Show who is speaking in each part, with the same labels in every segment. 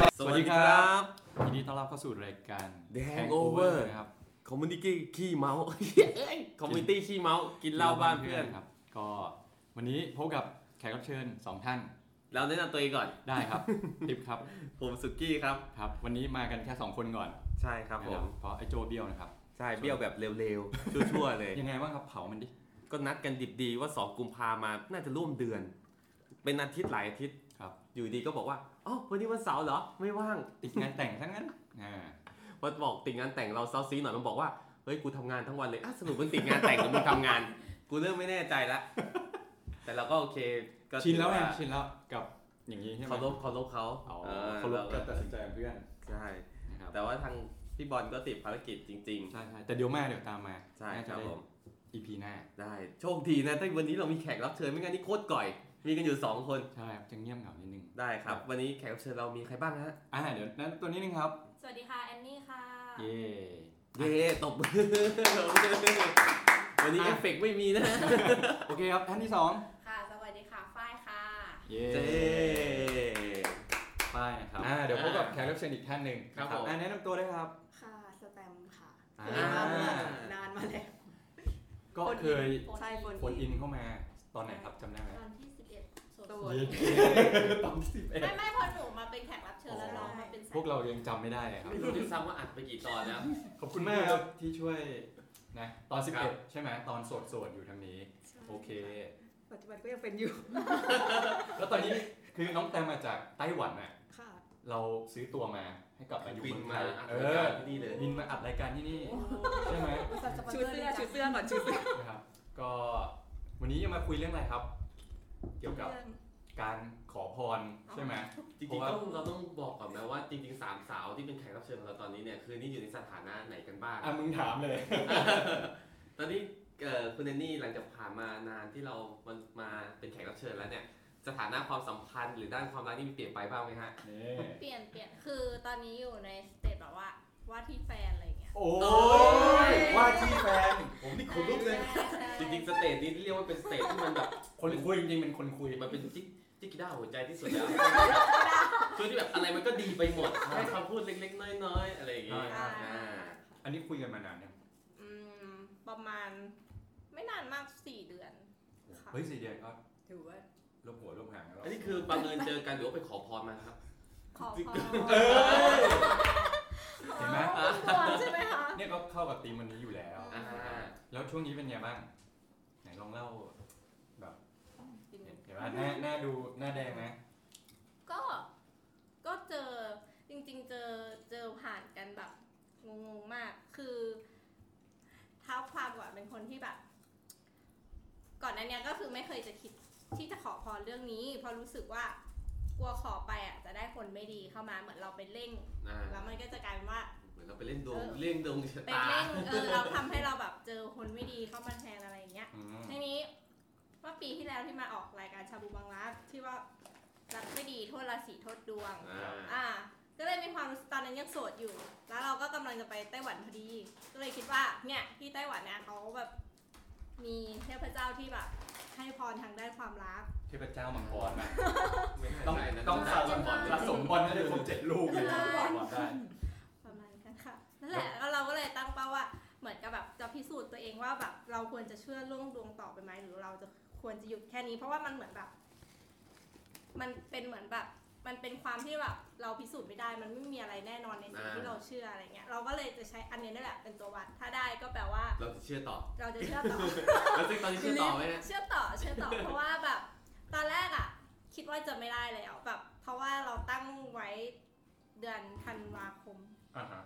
Speaker 1: ครับ
Speaker 2: ยินดีต้อนรับเข้าสู่รายการ
Speaker 1: The
Speaker 2: Hangover
Speaker 1: Hangover
Speaker 2: นะครับ
Speaker 1: คอมมูนิตี้ขี้เมา คอมมูนิตี้ย community ขี้เมากินเหล้าบ้านเพื่อน
Speaker 2: ครับ ก็วันนี้พบกับแขกรับเชิญ 2 ท่าน
Speaker 1: เราแนะนำตัวเองก่อน
Speaker 2: ได้ ครับ ทิปครับ
Speaker 1: ผมสุกี้ครับ
Speaker 2: ครับ วันนี้มากันแค่ 2 คนก่อน
Speaker 1: ใช่ครับผ
Speaker 2: นะ
Speaker 1: ม
Speaker 2: เพราะไอโจเบี้ยวนะครับ
Speaker 1: ใช่เบี้ยวแบบเร็วๆ ชั่วๆ เลย
Speaker 2: ยังไงบ้างครับเผามันดิ
Speaker 1: ก็นัดกันดิบดีว่า 2 กุมภามาน่าจะร่วมเดือน เป็นอาทิตย์หลายอาทิตย์
Speaker 2: ครับ
Speaker 1: อยู่ดีก็บอกว่าอ๋อวันนี้วันเสาร์เหรอ ไม่ว่าง
Speaker 2: ติดงานแต่ง ทั้งนั้นอ่า
Speaker 1: พอบอกติดงานแต่งเราเซาซีหน่อยมันบอกว่าเฮ้ยกูทำงานทั้งวันเลยอ่ะสรุปมึงติดงานแต่งหรือมึงทำงาน กูเริ่มไม่แน่ใจละ แต่เราก็โอเคก็
Speaker 2: ชินแล้ว
Speaker 1: ไง
Speaker 2: ไงชินแล้วกับอย่างนี้ใช่ไหม
Speaker 1: เคารพเคารพเขา
Speaker 2: อ๋อ
Speaker 1: ออ
Speaker 2: เคารพการ
Speaker 1: ก็
Speaker 2: ตัดสินใจของเพื่อน
Speaker 1: ใช่
Speaker 2: นะครับ
Speaker 1: แต่ว่าทางพี่บอลก็ติดภารกิจจริง
Speaker 2: ใช่ใช่แต่เดี๋ยวมาเดี๋ยวตามมา
Speaker 1: ๆ ใช่
Speaker 2: น่า
Speaker 1: ค
Speaker 2: จะ
Speaker 1: รับ
Speaker 2: ได้
Speaker 1: ผม
Speaker 2: EP หน้า
Speaker 1: ได้โชคดีนะที่วันนี้เรามีแขกรับเชิญไม่งั้นนี่โคตรก่อย มีกันอยู่สองคน
Speaker 2: ใช่ครับจะเงียบเหงานิดนึง
Speaker 1: ได้ครับ วันนี้แขกรับเชิญเรามีใครบ้างฮะ
Speaker 2: อ่าเดี๋ยวนั้นตัวนี้นึงครับ
Speaker 3: สวัสดีค่ะ แอนนี่ค่ะ
Speaker 2: เย่
Speaker 1: เย้ตบมือ วันนี้เอฟเฟกต์ไม่มีนะ
Speaker 2: โอเคครับท่านที่สอง
Speaker 3: ค่ะ สวัสดีค่ะ ฝ้ายค่ะ
Speaker 2: เย่
Speaker 1: เจ้
Speaker 2: ป้ายนะครับอ่าเดี๋ยวพบกับแขกรับเชิญอีกท่านหนึ่ง
Speaker 1: ครับ
Speaker 2: นะ
Speaker 1: ผม
Speaker 2: อ่าแนะนำตัวได้วยครับ
Speaker 4: ค่ะ สแตมป์ค่ะ
Speaker 2: อ่า
Speaker 4: เคยมาเมื่อนานมาแล้ว
Speaker 2: ก็เคย
Speaker 4: ใช่คน
Speaker 2: โฟนอินเข้ามาตอนไหนครับจำได้ไหม
Speaker 3: ตอนที่ 11โสด
Speaker 4: โสด
Speaker 2: ตอนที่ สิบเอ็ด
Speaker 3: ไม่ไม่พอหนูมาเป็นแขกรับเชิญแล้วน้องมาเป็นสย
Speaker 2: พวกเรายังจำไม่ได้เลยครับ
Speaker 1: ไม่รู้ด้วยซ้ำว่าอัดไปกี่ตอนแล้ว
Speaker 2: ขอบคุณมากครับที่ช่วยนะตอน
Speaker 1: ครับ
Speaker 2: 11 ใช่ไหมตอนโสดๆอยู่ทางนี้
Speaker 4: ใช่
Speaker 2: โอเค
Speaker 4: ปัจจุบันก็ยังเป็นอยู่
Speaker 2: แล้วตอนนี้ คือน้องแตมมาจากไต้หวันอ่ะ
Speaker 4: ค่ะ
Speaker 2: เราซื้อตัวมาให้กลับมาอยู่
Speaker 1: บิน
Speaker 2: เมืองไท
Speaker 1: มาย อัด
Speaker 2: เอ
Speaker 1: รายกา
Speaker 2: อ
Speaker 1: รที่นี่เลย
Speaker 2: บินมาอัดรายการที่นี่ใช่ไหม
Speaker 4: ชุดเสื้อชุดเสื้อก่อนชุดเสื้อ
Speaker 2: นะครับก็วันนี้จะมาคุยเรื่องอะไรครับ เกี่ยวกับการขอพรใช่ไหม
Speaker 1: จริ
Speaker 2: เพราะ
Speaker 1: งๆ
Speaker 2: ว่า
Speaker 1: ต้องเราต้องบอกก่อนนะว่าจริงๆสามสาวที่เป็นแขกรับเชิญของเราตอนนี้เนี่ยคือนี่อยู่ในสถานะไหนกันบ้าง
Speaker 2: อ่ะมึงถามเลย
Speaker 1: ตอนนี้เอ่อคุณแอนนี่หลังจากผ่านมานานที่เรามันมาเป็นแขกรับเชิญแล้วเนี่ยสถานะความสัมพันธ์หรือด้านความรักนี่มีเปลี่ยนไปบ้างไหมฮะ
Speaker 2: นี่
Speaker 3: เปลี่ยนเปลี่ยน คือตอนนี้อยู่ในสเตจแบบว่าว่าที่แฟนอะไรอย่างเงี้ย
Speaker 2: โอ้ย
Speaker 1: ย
Speaker 2: ว่าที่แฟน
Speaker 1: ผมนี่ขนลุกเลย
Speaker 3: ใช่ใช่
Speaker 1: จริงๆสเตจนี้เรียกว่าเป็นสเตจที่มันแบบ
Speaker 2: คนคุยจริงๆเป็นคนคุย
Speaker 1: มันเป็นจิ๊กจิ๊กกีด้าหัวใจที่สุดแล้วคือที่แบบอะไรมันก็ดีไปหมดแค่คำพูดเล็ก ๆ น้อยๆอะไรอย่างเงี้ย
Speaker 3: อ่า
Speaker 1: อ่า
Speaker 2: อันนี้คุยกันมานานเนี่ยง
Speaker 3: อืมประมาณ ไม่นานมาก 4 เดือน ค่ะ
Speaker 2: เฮ้ยสี่เดือนก็
Speaker 4: ถือว่า
Speaker 2: ลบหัวลบหางแล้ว
Speaker 1: อันนี้คือบังเอิญเจอกันหรือว่าไปขอพรมาครับ
Speaker 3: ขอพ
Speaker 2: เออ
Speaker 3: รข
Speaker 2: เห็
Speaker 3: อน
Speaker 2: ไหม
Speaker 3: พรใช่ไหมคะ
Speaker 2: เนี่ยก็เข้ากับธีมวันนี้อยู่แล้ว
Speaker 1: อ่า
Speaker 2: แล้วช่วงนี้เป็นไงบ้าง ไหนลองเล่าแบบเดี๋ยวนะหน้าหน้าดูหน้าแดงไหม
Speaker 3: ก็ ก็เจอจริง ๆ เจอเจอผ่านกันแบบงงๆมาก คือเท้าความก่อนเป็นคนที่แบบ ก่อนหนั้นเนี้ยก็คือไม่เคยจะคิดที่จะขอพรเรื่องนี้ เพราะรู้สึกว่ากลัวขอไปอ่ะจะได้คนไม่ดีเข้ามาเหมือนเราไปเร่ง
Speaker 1: อ่า
Speaker 3: แล้วมันก็จะกลายเป็นว่า
Speaker 1: เหมือนเราไปเล่นดวงเล่นดวงชะ
Speaker 3: ไป
Speaker 1: ตา
Speaker 3: เร่งเออเราทำให้เราแบบเจอคนไม่ดีเข้ามาแทนอะไรอย่างเงี้ย
Speaker 2: อืม
Speaker 3: ทีนี้เมื่อปีที่แล้วที่มาออกรายการชาบูบังรักที่ว่ารักไม่ดีโทษราศีโทษดวง
Speaker 1: อ่า
Speaker 3: อ่า ก็เลยมีความรู้สึกตอนนั้นยังโสดอยู่ แล้วเราก็กำลังจะไปไต้หวันพอดี ก็เลยคิดว่าเนี่ยที่ไต้หวันเนี่ยเขาแบบมีเทพเจ้าที่แบบ ให้พรทางด้านความรัก
Speaker 2: เทพเจ้ามังกรมา
Speaker 1: ไม่น่า
Speaker 2: ต้อง
Speaker 1: ใช่นะ
Speaker 2: ต้อง
Speaker 1: น่า
Speaker 2: สะ
Speaker 1: จะ
Speaker 2: สมบอล
Speaker 1: เป็น
Speaker 2: สะสมบอลให้ได้ครบเจ็ดลูกเลยนะ
Speaker 3: ใช่
Speaker 2: บอลได้
Speaker 3: ประมาณนั้นค่ะนั่นแหละแล้วเราก็เลยตั้งเป้าว่าเหมือนกับแบบจะพิสูจน์ตัวเองว่าแบบเราควรจะเชื่อเรื่องดวงต่อไปไหมหรือเราจะควรจะหยุดแค่นี้ เพราะว่ามันเหมือนแบบ มันเป็นเหมือนแบบ มันเป็นความที่แบบเราพิสูจน์ไม่ได้ มันไม่มีอะไรแน่นอนในสิ่ง
Speaker 1: อ่า
Speaker 3: ที่เราเชื่ออะไรเงี้ยเราก็เลยจะใช้อันนี้นี่แหละเป็นตัววัด ถ้าได้ก็แปลว่า
Speaker 1: เราจะเชื่อต่อ
Speaker 3: เราจะเชื่อต่อ
Speaker 1: แล้วซึ่งตอนนี้เชื่อต่อไหมเนี่ย
Speaker 3: เชื่อต่อเชื่อต่อ เพราะว่าแบบตอนแรกอ่ะ คิดว่าจะไม่ได้แล้วแบบ เพราะว่าเราตั้งไว้เดือนธันวาคม
Speaker 2: อ่าฮะ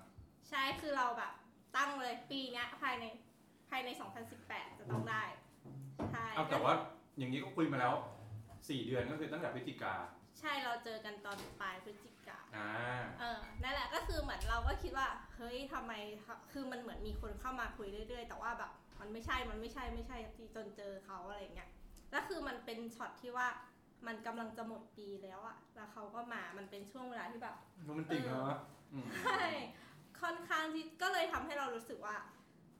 Speaker 3: ใช่ คือเราแบบตั้งเลยปีเนี้ยภายในภายใน 2018 จะต้องได้ ใช่
Speaker 2: เอาแต่ว่าอย่างนี้ก็คุยมาแล้ว 4 เดือนก็คือตั้งแต่พฤศจิกา
Speaker 3: ใช่เราเจอกันตอนปลายพฤศจิกา
Speaker 2: อ่า
Speaker 3: เออ นั่นแหละก็คือเหมือนเราก็คิดว่า เฮ้ยทำไม คือมันเหมือนมีคนเข้ามาคุยเรื่อยๆ แต่ว่าแบบ มันไม่ใช่ มันไม่ใช่ ไม่ใช่สักทีจนเจอเขาอะไรเงี้ย แล้วคือมันเป็นช็อตที่ว่า มันกำลังจะหมดปีแล้วอะแล้วเขาก็มา มันเป็นช่วงเวลาที่แบบ
Speaker 2: โรแมนติกเนาะอืม
Speaker 3: ใช่ค่อนข้างที่ก็เลยทำให้เรารู้สึกว่า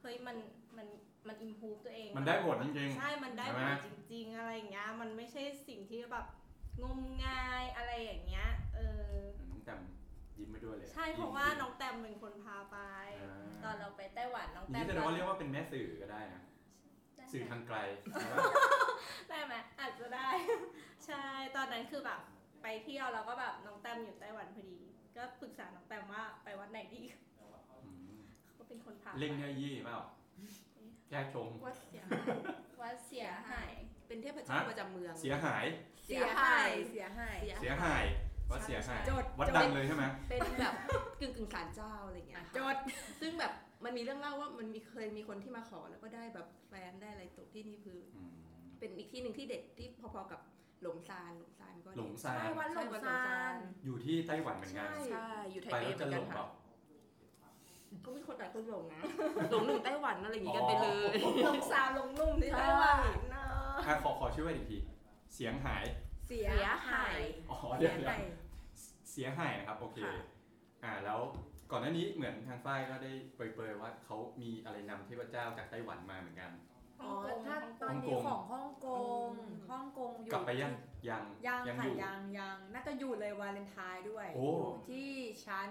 Speaker 3: เฮ้ยมันมันมันอิมพูฟตัวเอง
Speaker 2: มันได้ผลจริง
Speaker 3: ใช่ มันได้
Speaker 2: ใช่
Speaker 3: ผ
Speaker 2: ไหม
Speaker 3: ลจริง ๆ อะไรอย่างเงี้ย มันไม่ใช่สิ่งที่แบบงมงายอะไรอย่างเงี้ย เออ
Speaker 2: ๆแต่ ยิ้มไปด้วยเลย
Speaker 3: ใช่เพราะว่าน้องแตมเป็นคนพาไป ตอนเราไปไต้หวันน้องแต
Speaker 2: นี่
Speaker 3: ม
Speaker 2: แสดงว่าเรียกว่าเป็นแม่สื่อก็ได้นะ
Speaker 3: ได้
Speaker 2: สื่อ
Speaker 3: ไหม
Speaker 2: ทางไกล
Speaker 3: ได้ไหมอาจจะได้ ใช่ตอนนั้นคือแบบไปเที่ยวแล้วก็แบบน้องแตมอยู่ไต้หวันพอดี ก็ปรึกษาน้องแตมว่าไปวัดไหนดี
Speaker 2: อืม
Speaker 3: เขาก็เป็นคนพา
Speaker 2: เล่งเนื้อยี่เปล่าแค่ชง
Speaker 4: วัดเสีย
Speaker 3: วัดเสียหาย
Speaker 4: เป็นเทพเจ้า
Speaker 2: ฮะ
Speaker 4: ประจำเมือง
Speaker 2: เสียหาย
Speaker 4: เสียหายเสียหาย
Speaker 2: เสียหายวัดเสียหาย
Speaker 4: จด
Speaker 2: วัด
Speaker 4: จด
Speaker 2: ดังเลยใช่ไหม
Speaker 4: เป็นแบบกึ่งกึ่งๆศาลเจ้าอะไรเงี้ยจดซึ่งแบบมันมีเรื่องเล่าว่ามันมีเคยมีคนที่มาขอแล้วก็ได้แบบแฟนได้อะไรตกที่นี่คือ
Speaker 2: อืม
Speaker 4: เป็นอีกที่หนึ่งที่เด็ดที่พอๆกับหลงซานหลงซานก็
Speaker 2: หล
Speaker 4: ดี
Speaker 2: งซาน
Speaker 4: ใช่วัดหลงซาน
Speaker 2: อยู่ที่ไต้หวันเหมือนกัน
Speaker 4: ใช่ใช่อยู่ไท
Speaker 2: ไป
Speaker 4: เป
Speaker 2: แล้ว
Speaker 4: เหมื
Speaker 2: จะ
Speaker 4: อน
Speaker 2: หล
Speaker 4: กัน
Speaker 2: งแบ
Speaker 4: ค่ะ
Speaker 2: บ
Speaker 4: ก็มีคนหลายคนหลงนะหลงหนุ่มไต้หวันอะไรอย่างงี้กันไปเลย
Speaker 3: ลงสาวลงนุ่มที่ไต้หวันเนอะ
Speaker 2: อ่ะขอขอชื่อไว้อีกที เสียงหาย
Speaker 4: เสียหาย
Speaker 2: อ๋อเดี๋ยวเดี๋ยวเสียหายนะครับ โอเค
Speaker 4: ค่ะ
Speaker 2: อ่าแล้วก่อนหน้านี้เหมือนทางฝ้ายก็ได้เปรยๆว่าเขามีอะไรนำเทพเจ้าจากไต้หวันมาเหมือนกัน
Speaker 5: อ๋อถ้าตอนนี้ของฮ่องกง
Speaker 4: อืม
Speaker 5: ฮ่องกงอยู่
Speaker 2: กลับไปยังยัง
Speaker 5: ยัง
Speaker 2: ยัง
Speaker 5: ค่ะ
Speaker 2: อยู่
Speaker 5: ยังยังน่าจะอยู่เลยวาเลนไทน์ด้วย
Speaker 2: โอ้
Speaker 5: ยู่ที่ชั้น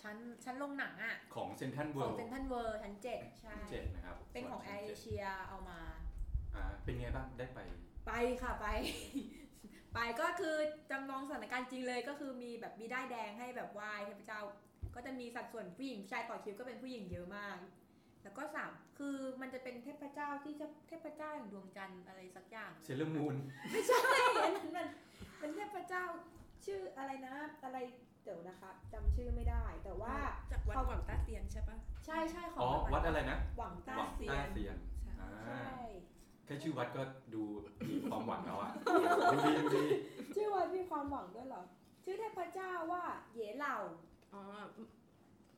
Speaker 5: ชั้นชั้นโรงหนังอ่ะ
Speaker 2: ของเซนทันเวิ
Speaker 5: ข
Speaker 2: ล
Speaker 5: อง
Speaker 2: ด์
Speaker 5: เซนทันเวิร์ชั้นเจ็ดใช่
Speaker 2: เจ็ดนะครับ
Speaker 5: เป็นของแอร์เอเชียเอามา
Speaker 2: อ่าเป็นไงบ้างได้ไป
Speaker 5: ไปค่ะไป ไปก็คือจำลองสถานการณ์จริงเลยก็คือมีแบบมีได้ายแดงให้แบบไหว้เทพเจ้า ก็จะมีสัดส่วนผู้หญิงผู้ชายต่อคิวก็เป็นผู้หญิงเยอะมาก แล้วก็สามคือมันจะเป็นเทพเจ้าที่จะเทพเจ้าแห่งดวงจันทร์อะไรสักอย่าง
Speaker 2: เซเลอร์มูน
Speaker 5: ไม่ใช่อันนั้นมันมันเทพเจ้าชื่ออะไรนะอะไรเดี๋ยวนะคะจำชื่อไม่ได้ แต่ว่า
Speaker 4: จากวัดหวังต้าเตียนใช่ปะ
Speaker 5: ใช่ใช่ขอ
Speaker 2: อ๋องวัดอะไรนะ
Speaker 5: หวังต้า
Speaker 2: หวัง
Speaker 5: เซีย
Speaker 2: ต้าน เซียน
Speaker 4: ใช่
Speaker 2: อ่า
Speaker 5: ใช่
Speaker 2: แค่ชื่อวัดก็ดูมีความหวังแล้วอ่ะ ดูดีดูดี
Speaker 5: ชื่อวัดมีความหวังด้วยเหรอ ชื่อเทพเจ้าว่าเหยเหล่า
Speaker 4: อ๋อ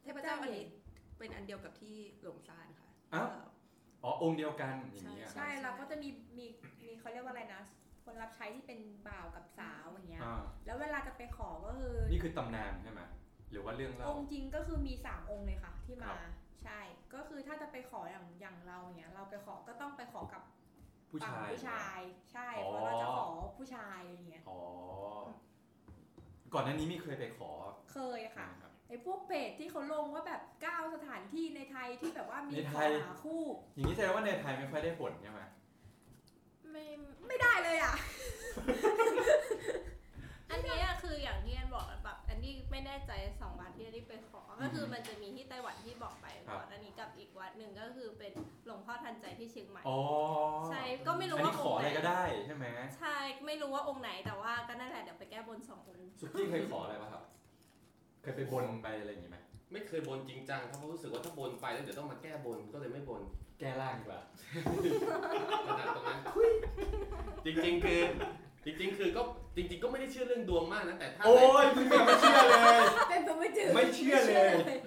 Speaker 4: เทพเจ้าอันนี้เป็นอันเดียวกับที่หลงซานค่ะ
Speaker 2: อ้าวอ๋อองค์เดียวกันอย่างนี้ย
Speaker 5: ใช่เราก็จะมีมีมีเขาเรียกว่าอะไรนะ คนรับใช้ที่เป็นบ่าวกับสาวอย่างเงี้ย
Speaker 2: อ่า
Speaker 5: แล้วเวลาจะไปขอก็คือ
Speaker 2: นี่คือตำนานใช่ไหมหรือว่าเรื่องเล่า
Speaker 5: องค์จริงก็คือมีสามองค์เลยค่ะ ที่
Speaker 2: ครั
Speaker 5: มา
Speaker 2: บ
Speaker 5: ใช่ ก็คือถ้าจะไปขออย่างอย่างเราอย่างเงี้ยเราไปขอก็ต้องไปขอกับ
Speaker 2: ผู้
Speaker 5: ฝั่ง
Speaker 2: ชาย
Speaker 5: ผู้ชายใช่
Speaker 2: อ๋อ
Speaker 5: เพราะเราจะขอผู้ชายอะไรเงี้ย
Speaker 2: อ๋อ ก่อนหน้านี้มีเคยไปขอ
Speaker 5: เคยค่ะ
Speaker 2: นะครับ
Speaker 5: ไอ้พวกเพจที่เขาลงว่าแบบเก้าสถานที่ในไทยที่แบบว่ามี
Speaker 2: ใน
Speaker 5: ข
Speaker 2: ไท
Speaker 5: อย หาคู่
Speaker 2: อย่างนี้แสดงว่าในไทยไม่ค่อยได้ผลใช่ไหม
Speaker 3: ไม่
Speaker 5: ไม่ได้เลยอ่ะ
Speaker 3: อันเนี้ยคืออย่างที่แอนบอกแบบอันนี้ไม่แน่ใจสองวัดที่อันนี้ไปขอ ก็คือมันจะมีที่ไต้หวันที่บอกไปก่อนอันนี้กับอีกวัดหนึ่งก็คือเป็นหลวงพ่อทันใจที่เชียงใหม่
Speaker 2: อ๋อ
Speaker 3: ใช่ก็ไม่รู้
Speaker 2: อัน
Speaker 3: ว่า
Speaker 2: นี้ขออะไรก็ได้ใช่ไหม
Speaker 3: ใช่ไม่รู้ว่าองค์ไหนแต่ว่าก็นั่นแหละเดี๋ยวไปแก้บนสององค์
Speaker 2: สุกี้เคยขออะไรป่ะครับ เคยไปบนไปอะไรอย่างนี้ไหม
Speaker 1: ไม่เคยบนจริงจังเพราะรู้สึกว่าถ้าบนไปแล้วเดี๋ยวต้องมาแก้บนก็เลยไม่บน
Speaker 2: แก้ร่างดีกว่า
Speaker 1: ขนาดตรงนั้นจริงๆคือจริง ๆ คือก็จริง ๆ ก็ไม่ได้เชื่อเรื่องดวงมากนะแต่ถ้า
Speaker 2: โอ้ยพี่เมย์ไม่เชื่อเลย
Speaker 5: เป็นไปไม่ถึง
Speaker 2: ไม่เชื่อเลย
Speaker 5: ไม่ชื่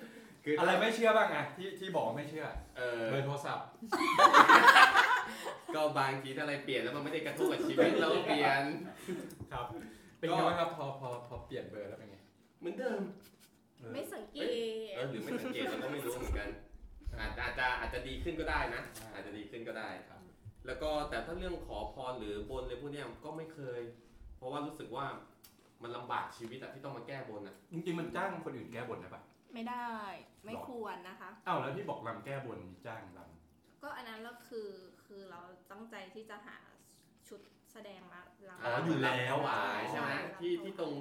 Speaker 1: คือ
Speaker 2: อะไรไม่เชื่อบ้างอะที่ที่บอกว่าไม่เชื่อ
Speaker 1: เออ
Speaker 2: เบอร์โทรศัพท์
Speaker 1: ก็บางทีถ้าอะไรเปลี่ยนแล้วมันไม่ได้กระทบกับชี วิตเราก็เปลี่ยน
Speaker 2: ครับ เป็นไงบ้างครับพอพอพอเปลี่ยนเบอร์แล้วเป็นไง
Speaker 1: เหมือนเดิม
Speaker 2: เออ
Speaker 3: ไม่สังเกต
Speaker 1: เออหรือไม่สังเกตเราก็ไม่รู้เหมือนกันอาจอาจจะอาจจะดีขึ้นก็ได้นะ อาจจะดีขึ้นก็ได้ครับ แล้วก็แต่ถ้าเรื่องขอพรหรือบนเลยพวกเนี้ยก็ไม่เคย เพราะว่ารู้สึกว่ามันลำบากชีวิตอะที่ต้องมาแก้บนอะ
Speaker 2: จริงๆมันจ้างคนอื่นแก้บนได้ปะ
Speaker 3: ไม่ได้ไม่ควรนะคะ
Speaker 2: อ้าวแล้วที่บอกรำแก้บนมีจ้างรำ
Speaker 3: ก็อันนั้นก็คือคือเราตั้งใจที่จะหาชุดแสดงมาลำ
Speaker 1: อ๋ออยู่แล้วอ่ะใช่ไหมที่ที่ตรง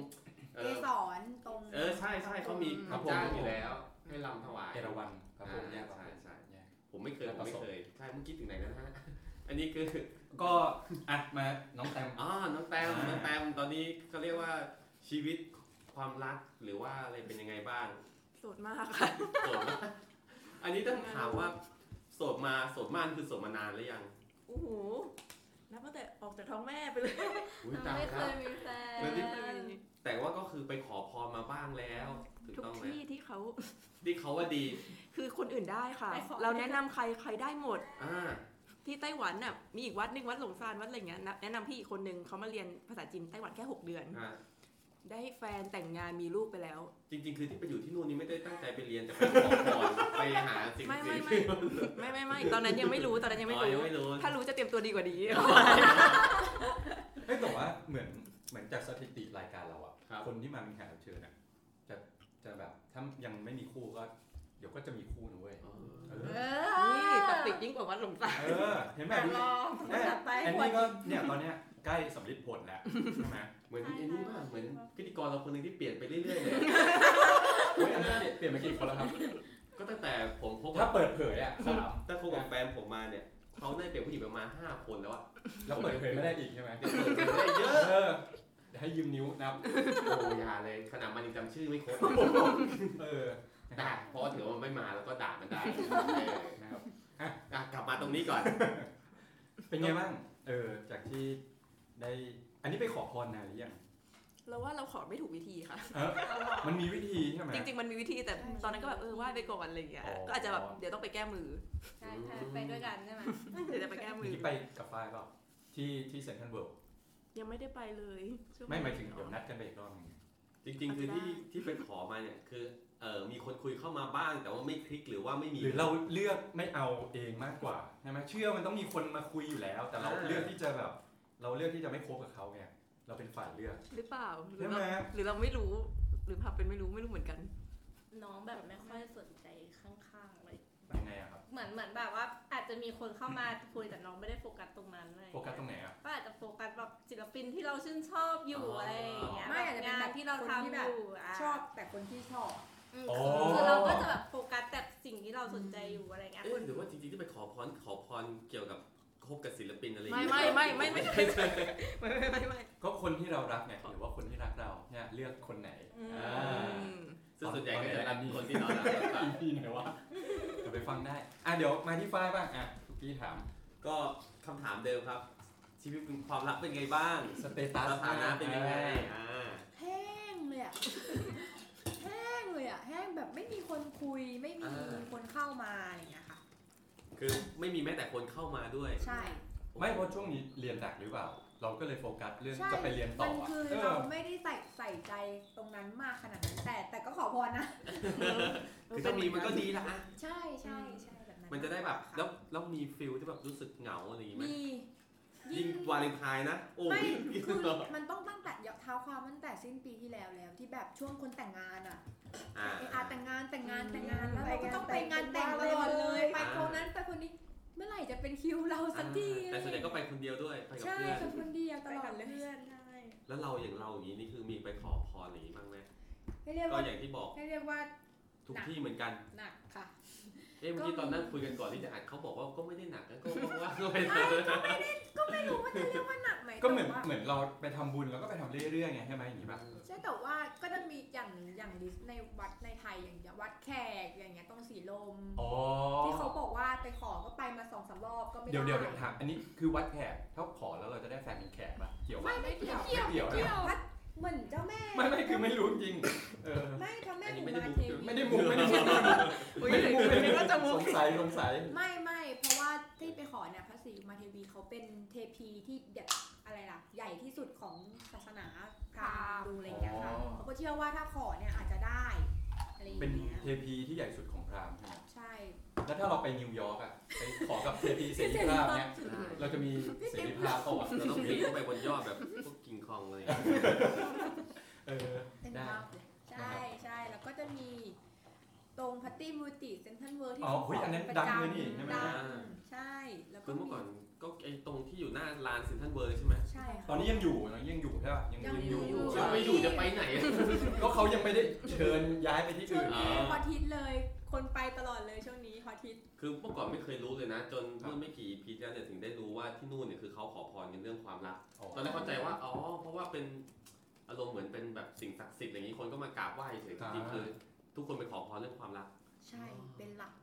Speaker 1: เอ
Speaker 5: เก
Speaker 1: อ
Speaker 5: สรตรง
Speaker 1: เออใช่ใช่เขามี
Speaker 4: อืม
Speaker 1: เขาจ้างอยู่แล้ว ให้ลำถวาย
Speaker 2: เอราวัณครับผมแย
Speaker 1: อ่าก
Speaker 2: ครับ
Speaker 1: ใช่
Speaker 2: ผม
Speaker 1: ใช่ผมไม่เคย
Speaker 2: แล้ว
Speaker 1: ผ
Speaker 2: ก็
Speaker 1: มไม่
Speaker 2: ส่ง
Speaker 1: เคยใช่เมื่อกี้ถึงไหนแล้วนะฮะอันนี้คือ
Speaker 2: ก็อ่ะมาน้องแตม
Speaker 1: อ๋อน้องแต้มน้องแต้มตอนนี้เขาเรียกว่าชีวิตความรักหรือว่าอะไรเป็นยังไงบ้าง
Speaker 4: โสดมากค่ะ
Speaker 1: โสด ไหมอันนี้ต้องถามว่าโสดมาโสดมานคือโสดมานานหรือยัง
Speaker 4: โอ้โห นับตั้งแต่ออกจากท้องแม่ไปเลย
Speaker 1: อุ๊ยตาย
Speaker 3: ไม่เค
Speaker 1: แล้ว
Speaker 3: ยมีแฟน
Speaker 1: เดี๋ยวนี้ แต่ว่าก็คือไปขอพรมาบ้างแล้วถูก
Speaker 4: ทุก
Speaker 1: ต้องไหม
Speaker 4: ที่ที่เขา
Speaker 1: ที่เขาว่าดี
Speaker 4: คือคนอื่นได้ค่ะ เราแนะนำใครใครได้หมด
Speaker 1: อ่า
Speaker 4: ที่ไต้หวันน่ะ มีอีกวัดหนึ่งวัดหลงซานวัดอะไรเงี้ยนะแนะนำพี่อีกคนนึงเขามาเรียนภาษาจีนไต้หวันแค่ 6 เดือน ได้แฟนแต่งงานมีลูกไปแล้ว
Speaker 1: จริงๆ คือที่ไปอยู่ที่นู่นนี่ไม่ได้ตั้งใจไปเรียนแต่ไปขอพร ไปหาสิ่ง
Speaker 4: ไม่ไม่
Speaker 1: สิ่ง
Speaker 4: ไม่ ไม่ไม่ไม่ตอนนั้นยังไม่รู้ตอนนั้นยังไม่
Speaker 1: อ๋อยั
Speaker 4: รู้
Speaker 1: งไม่รู้
Speaker 4: ถ้ารู้จะเตรียมตัวดีกว่านี้
Speaker 2: เอ้ยแต่ว่าเหมือนเหมือนจากสถิติรายการเราอะ
Speaker 1: ครับ
Speaker 2: คนที่มาเป็นแขกรับเชิญอะจะ ถ้ายังไม่มีคู่ก็ เดี๋ยวก็จะมีคู่นะเว้ยเออ
Speaker 5: เอ
Speaker 4: นี่
Speaker 5: อ
Speaker 4: ตัดติดยิ่งกว่าวัดหลงซาน
Speaker 2: เออเห็นไหม
Speaker 5: แต่รอคนต่อไป
Speaker 2: แอน
Speaker 5: หัว
Speaker 2: นี่ก็เนี่ยตอนเนี้ยใกล้สำลิดผลแล้วใช่ไหม
Speaker 1: เหมือนไอ้นี่มากเหมือนพิธีกรเราคนหนึ่งที่เปลี่ยนไปเรื่อยๆเลย
Speaker 2: เฮ้ยอันนั้นเปลี่ยนมากี่คนแล้วครับ
Speaker 1: ก็ตั้งแต่ผมพบกั
Speaker 2: ถ้า
Speaker 1: บ
Speaker 2: เปิดเผยอ่ะสาม
Speaker 1: ตั้งคบกับแฟนผมมาเนี่ยเขาได้เปลี่ยนผู้หญิงประมาณห้าคนแล้วอะ
Speaker 2: แล้วเปิดเผยไม่ได้อีกใช่ไหม
Speaker 1: เปลี่ยนคนไปเยอะ
Speaker 2: เออให้ยืมนิ้วนับ
Speaker 1: โอ้อยาเลยขนาดมันยังจำชื่อไม่ครบ
Speaker 2: เออนะค
Speaker 1: ด่า
Speaker 2: รับ
Speaker 1: เพราะว่าเดี๋ยวมันไม่มาแล้วก็ด่ามันได้
Speaker 2: นะครับ
Speaker 1: อ่ะกลับมาตรงนี้ก่อน
Speaker 2: เป็นไงบ้าง เออ จากที่ได้ อันนี้ไปขอพรนานหรือยัง
Speaker 4: เราว่าเราขอไม่ถูกวิธีค่ะ
Speaker 2: มันมีวิธีใช่ไหม
Speaker 4: จริง ๆ มันมีวิธีแต่ตอนนั้นก็แบบเออไหว่าไปก่อนอะไรอย่างเงี้ย
Speaker 2: อ๋อ
Speaker 4: ก็อาจจะแบบเดี๋ยวต้องไปแก้มือ
Speaker 5: ใช่ใช่ไปด้วยกันใช่ไหม
Speaker 4: เดี๋ยวจะไปแก้มือ
Speaker 2: ที่ไปกับฟ้ายเปล่าที่ที่เซ็นทรัลเวิลด์
Speaker 4: ยังไม่ได้ไปเลยช่วง
Speaker 2: ไม่หมายถึงเดี๋ยวนัดกันไปอีกรอบหนึง
Speaker 1: จริง ๆ คือที่ที่ไปขอมาเนี่ยคือเออมีคนคุยเข้ามาบ้าง แต่ว่าไม่คลิกหรือว่าไม่มี
Speaker 2: หรือเราเลือกไม่เอาเองมากกว่าใช่ไหมเชื่อมันต้องมีคนมาคุยอยู่แล้ว แต่เรา
Speaker 1: อ่า
Speaker 2: เลือกที่จะแบบ เราเลือกที่จะไม่คบกับเขาไงเราเป็นฝ่ายเลือก
Speaker 4: หรือเปล่าหรื
Speaker 2: ใช่
Speaker 4: อ
Speaker 2: ไหม
Speaker 4: เราหรือเราไม่รู้หรือพับเป็นไม่รู้ไม่รู้เหมือนกัน
Speaker 3: น้องแบบไม่ค่อยสนใจข้างๆเลย
Speaker 2: ยังไงอะครับ
Speaker 3: เหมือนเหมือนแบบว่าอาจจะมีคนเข้ามาคุยแต่น้องไม่ได้โฟกัสตรงนั้นเลย
Speaker 2: โฟกัสตรงไหนอะ
Speaker 3: ก็อาจจะโฟกัสแบบศิลปินที่เราชื่นชอบอยู่
Speaker 1: อ๋ออ
Speaker 3: อะไรอย่างเงี้ย
Speaker 5: ไม่อาจจะเป็น
Speaker 3: ง
Speaker 5: แบบ
Speaker 3: ที่เราทำ
Speaker 5: คน
Speaker 3: อ
Speaker 5: ที่แบบ
Speaker 3: ยู่ะ
Speaker 5: ชอบแต่คนที่ชอบ
Speaker 3: อืมคือเราก็จะแบบโฟกัสแต่สิ่งที่เราสนใจอยู่อะไรเงี้ย
Speaker 1: เอ๊ะหรือว่าจริงๆที่ไปขอพรขอพรเกี่ยวกับคบกับศิลปินอะไรอย่าง
Speaker 4: ไม่
Speaker 1: เงี้ย
Speaker 4: ไม่ไม่ไม่ไม่ไม่ไม่ไม่ไม่ไม่
Speaker 2: ก็คนที่เรารักไงหรือว่าคนที่รักเราเนี่ยเลือกคนไหน
Speaker 5: อืม
Speaker 2: อ่
Speaker 4: อื
Speaker 2: า
Speaker 4: ม
Speaker 1: ซึ่งส่วนใหญ่ก็จะรับคนที่เรารัก
Speaker 2: พี่ไหนวะเดี๋ยวไปฟังได้ อ่ะเดี๋ยวมาที่ฝ้ายบ้าง อ่ะทุกพี่ถาม
Speaker 1: ก็คำถามเดิมครับ ชีวิตเป็นความรักเป็นไงบ้าง
Speaker 2: สเตตัส
Speaker 1: สถานะเป็นยังไงอ่า
Speaker 5: แห้งเลยอะ แห้งเลยอะแห้งแบบไม่มีคนคุยไม่มี
Speaker 1: อ่า
Speaker 5: คนเข้ามาอะไรอย่างเงี้ยค่ะ
Speaker 1: คือไม่มีแม้แต่คนเข้ามาด้วย
Speaker 5: ใช่
Speaker 2: ไม่เพราะช่วงนี้เรียนหนักหรือเปล่า เราก็เลยโฟกัสเรื่อง
Speaker 5: ใช่
Speaker 2: จะไปเรียนต่
Speaker 5: มั
Speaker 2: อน อ่ะ
Speaker 5: คือ
Speaker 2: เอ
Speaker 5: เรา
Speaker 2: อ
Speaker 5: ไม่ได้ใส่ใส่ใจตรงนั้นมากขนาดนั้นแต่แต่ก็ขอพรนะ
Speaker 1: คือถ้ามีมันก็ดีละอ่ะ
Speaker 5: ใช่ใช่ใช่แบบนั้น
Speaker 1: มันจะได้แบบแล้วแล้วมีฟิลที่แบบรู้สึกเหงาอะไรอย่างงี้ไหม
Speaker 5: มี
Speaker 1: ยิ่งวาเลนไทน์นะ โอ้
Speaker 5: ไม่
Speaker 1: ยิ่ง
Speaker 5: คือมันต้องตั้งแต่ยกเท้าความตั้งแต่สิ้นปีที่แล้วแล้วที่แบบช่วงคนแต่งงานอะ
Speaker 1: อ่า
Speaker 5: เอออาแต่งงานแต่งงานแต่งงาน
Speaker 4: อืม
Speaker 5: แล้วเราก็ต้องไปงานแต่งตลอดเลย ไปคนนั้นไปคนนี้เมื่อไหร่จะเป็นคิวเราสักที
Speaker 1: แต่ส่วนใหญ่ก็ไปคนเดียวด้วยไปกับ
Speaker 5: ใช่
Speaker 1: เพื่อน
Speaker 5: ไปคนเดียวตลอดเลย
Speaker 3: ใช่
Speaker 1: แล้วเราอย่างเราอย่างนี้นี่คือมีไปขอพรอะไรอย่างนี้บ้างไหม
Speaker 5: ให้เรียก
Speaker 1: ก็
Speaker 5: ว่า
Speaker 1: อย่างที่บอก
Speaker 5: ให้เรียกว่า
Speaker 1: ทุกที่เหมือนกัน
Speaker 5: หนักค่ะ
Speaker 1: เอ๊ะเมื่อกี้ตอนนั่งคุยกันก่อนที่จะอัดเขาบอกว่าก็ไม่ได้หนักนะก็ว่างๆก็ไปเลย
Speaker 5: ก็ไม่รู้ว่าจะเรียกว่าหนักไหม
Speaker 2: ก็เหมือน
Speaker 5: แต่ว่า
Speaker 2: เหมือนเราไปทำบุญเราก็ไปทำเรื่อยๆไงใช่ไหมอย่างนี้ป่ะ
Speaker 5: ใช่แต่ว่าก็จะมีอย่างหนึ่งอย่างลิสต์ในวัดในไทยอย่างเงี้ยวัดแขกอย่างเงี้ยต้องสีลม
Speaker 2: อ๋อ
Speaker 5: ที่เขาบอกว่าไปขอก็ไปมาสองสามรอบก็ไม่
Speaker 2: เดี๋ยว
Speaker 5: ไ
Speaker 2: เดี๋ยวเดี๋ยวถาม อันนี้คือวัดแขก ถ้าขอแล้วเราจะได้แฟนเป็นแขกป่ะ เกี่ยว
Speaker 5: ไม่
Speaker 2: ป่ะ
Speaker 5: ไม่เกี่ยว
Speaker 2: ไม่เกี่ยวนะ
Speaker 5: วัดเหมือนเจ้าแม่
Speaker 2: ไม่ไม่คือไม่รู้จริง เออ
Speaker 5: ไม่เจ้าแม่
Speaker 1: อัน
Speaker 5: ห
Speaker 1: นี้
Speaker 5: นู
Speaker 1: ไม่ได้
Speaker 5: มา
Speaker 1: บุก
Speaker 5: เท
Speaker 1: เดือน
Speaker 5: วี
Speaker 2: ไม่ได้ มุกไม่ได้มุกไม่ได้มุ
Speaker 4: อุ้ย
Speaker 2: ก
Speaker 4: ไม่ก็จะมุ
Speaker 2: ส
Speaker 4: ก
Speaker 2: งสัยสงสัย
Speaker 5: ไม่ไม่เพราะว่าที่ไปขอเนี่ยพระศรีอุมาเทวีเขาเป็นเทพีที่แบบอะไรล่ะ ใหญ่ที่สุดของศาสนาพราหมณ์ดูอะไรอย่างเงี้ยค่ะ
Speaker 2: อ๋อ
Speaker 5: เขาก็เชื่อว่าถ้าขอเนี่ยอาจจะได้อะไรอย่าง
Speaker 2: เป็น
Speaker 5: เงี้ย
Speaker 2: เทพีที่ใหญ่สุดของพราหมณ์ใช่ไหม
Speaker 5: ใช่
Speaker 2: แล้วถ้าเราไปนิวยอร์กอะไปขอกับเทพีเสรีภาพเนี่ยเราจะมีเสรีภาพเปล่าวะ
Speaker 1: เราต้องปีนขึ้นไปบนยอดแบบพวกกิงคองอะไรอย่างเงี้ย
Speaker 2: เออ
Speaker 5: เป็น
Speaker 2: ได้
Speaker 5: ภาพเลยใช่ใช่แล้วก็จะมีตรงพัตตี้บูติเซนทันเวิร์ที่
Speaker 2: อ๋ออุ๊ยอันนั้นดังเลยนี่ใช่ไหม
Speaker 5: ดัง
Speaker 1: อ่า
Speaker 5: ใช่แล้วก็
Speaker 1: คือเมื่อก่อน
Speaker 5: มี
Speaker 1: ก็ไอ้ตรงที่อยู่หน้าลานเซ็นทรัลเวิร์ใช่ไหม
Speaker 5: ใช่ค่ะ
Speaker 2: ตอนนี้ยังอยู่นะยังอยู่ใช่ป่ะยัง
Speaker 5: ยังอยู่
Speaker 2: ใช่
Speaker 1: จะไม่อยู่จะไปไหนอะ
Speaker 2: ก็เขายังไม่ได้เชิญย้ายไปที่
Speaker 5: ช่ว
Speaker 2: อื่
Speaker 5: ง
Speaker 2: น
Speaker 5: นี้
Speaker 1: อ่า
Speaker 5: ฮอตฮิตเลยคนไปตลอดเลยช่วงนี้ฮอตฮิต
Speaker 1: คือเมื่อก่อนไม่เคยรู้เลยนะ จนเมื่อไม่กี่ปีที่แล้วเนี่ยถึงได้รู้ว่าที่นู่นเนี่ยคือเขาขอพรกันเรื่องความรัก ตอนแรกเข้าใจว่าอ๋อเพราะว่าเป็นอารมณ์เหมือนเป็นแบบสิ่งศักดิ์สิทธิ์อะไรอย่างนี้คนก็มากราบไหว้เฉยๆจ
Speaker 2: อ่า
Speaker 1: ริงๆคือทุกคนไปขอพรเรื่องความรัก
Speaker 5: ใช่เป็นหลัก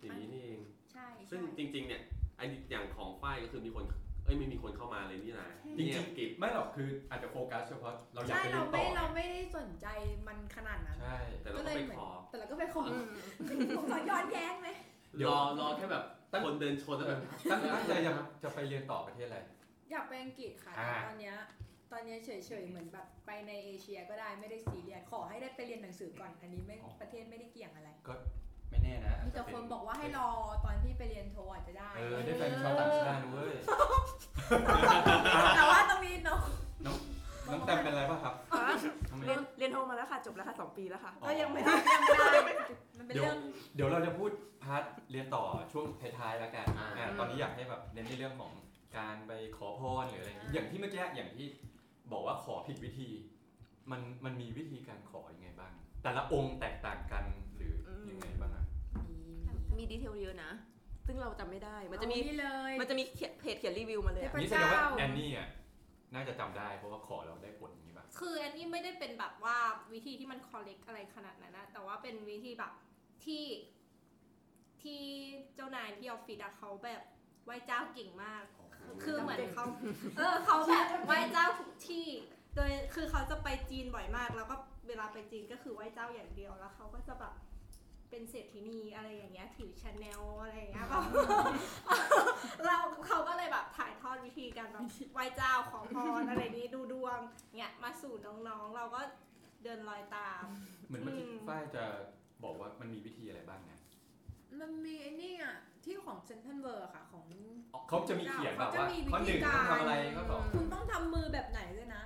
Speaker 1: อย่างนี้นี่เอง
Speaker 5: ใช่
Speaker 1: ซึ่ง
Speaker 5: ใช่
Speaker 1: จริง ๆ เนี่ยไอ้อย่างของฝ้ายก็คือมีคนเอ้ยไม่มีคนเข้ามาเลยนี่นะ
Speaker 2: จริงๆ
Speaker 1: เงียบกริบ
Speaker 2: ไม่หรอกคืออาจจะโฟกัสเฉพาะเราอยาก
Speaker 5: ใช่
Speaker 2: ไปเรี
Speaker 5: เรา
Speaker 2: ยนต่
Speaker 5: ไม่
Speaker 2: อ
Speaker 5: เราไม่ได้สนใจมันขนาดนั้น
Speaker 2: ใช่
Speaker 1: แต่เราก็ไปขอ
Speaker 5: แต่เราก็ไปขอ
Speaker 4: อืม
Speaker 5: ผมขอย้อนแย้งไหม
Speaker 2: เดี๋ยว
Speaker 1: รอรอแค่แบบคนเดินชนแล้วแบบ
Speaker 2: ตั้งตั้งใจจะจะไปเรียนต่อประเทศอะไร
Speaker 5: อยากไปอังกฤษค่ะ
Speaker 2: อ่า
Speaker 5: ตอนเนี้ยตอนเนี้ยเฉยๆเหมือนแบบไปในเอเชียก็ได้ไม่ได้ซีเรียสขอให้ได้ไปเรียนหนังสือก่อนอันนี้ไม่ประเทศไม่ได้เกี่ยงอะไร
Speaker 2: ไม่แน่นะ
Speaker 5: มีแต่คนบอกว่าให้รอตอนที่ไปเรียนโทอาจจะได้
Speaker 2: เออได้แฟนเป็นชาวต่างชาติเว้ย
Speaker 5: แต่ว่าต้องมีเนาะ
Speaker 2: น้องน้องแตมเป็นอะไรป่ะครับ
Speaker 4: อ่ะ
Speaker 2: ทำไม
Speaker 4: เรียนเรียนโทรมาแล้วค่ะ จบแล้วค่ะสองปีแล้วค่ะ
Speaker 2: อ๋อ
Speaker 4: ก็ยังไม่ได้
Speaker 5: ยังไม่ได้มันเป็นเรื่อง
Speaker 2: เดี๋ยวเราจะพูดพาร์ทเรียนต่อช่วงท้ายๆแล้วกัน
Speaker 1: อ่า
Speaker 2: อ่าตอนนี้อยากให้แบบเน้นในเรื่องของการไปขอพรหรืออะไรอย่างนี้ อย่างที่เมื่อกี้อย่างที่บอกว่าขอผิดวิธี มันมันมีวิธีการขอยังไงบ้าง แต่ละองค์แตกต่างกันหรือยังไงบ้างอะ
Speaker 4: มีดีเทลเยอะนะ ซึ่งเราจำไม่ได้ มันจะมี
Speaker 5: เอานี่เลย
Speaker 4: มันจะมีเขียนเพจเขียนรีวิวมาเลยอะ
Speaker 5: พระ
Speaker 2: นี่
Speaker 5: เจ้า
Speaker 2: แสดงว่าแอนนี่อ่ะน่าจะจำได้เพราะว่าขอเราได้ผลอย่างนี้ป่ะ
Speaker 3: คืออันนี้ไม่ได้เป็นแบบว่าวิธีที่มันคอลเลกอะไรขนาดนั้นนะแต่ว่าเป็นวิธีแบบที่ที่เจ้านายที่ออฟฟิศอะเขาแบบไหว้เจ้าเก่งมาก คือเหมือนเขาเออเขาแบบไหว้เจ้าทุกที่ โดยคือเขาจะไปจีนบ่อยมาก แล้วก็เวลาไปจีนก็คือไหว้เจ้าอย่างเดียวแล้วเขาก็จะแบบเป็นเศรษฐินีอะไรอย่างเงี้ยถือชาแนลอะไรอย่างเงี้ยแบบ เราเขาก็เลยแบบถ่ายทอดวิธีการแบบไหว้เจ้าขอพรอะไรนี้ดูดวงเนี่ยมาสู่น้องๆ เราก็เดินรอยตาม
Speaker 2: เหมือนเมื่อกี้
Speaker 3: อืม
Speaker 2: ฝ้ายจะบอกว่ามันมีวิธีอะไรบ้างนะ
Speaker 5: มันมีไอ้นี่อ่ะที่ของเซนทันเวอร์ค่ะ ของ
Speaker 2: เขาจะมีเขียนแบบว่าข้อหนึ่งต้องทำอะไรข้อสอง
Speaker 5: คุณต้องทำมือแบบไหนด้วยนะ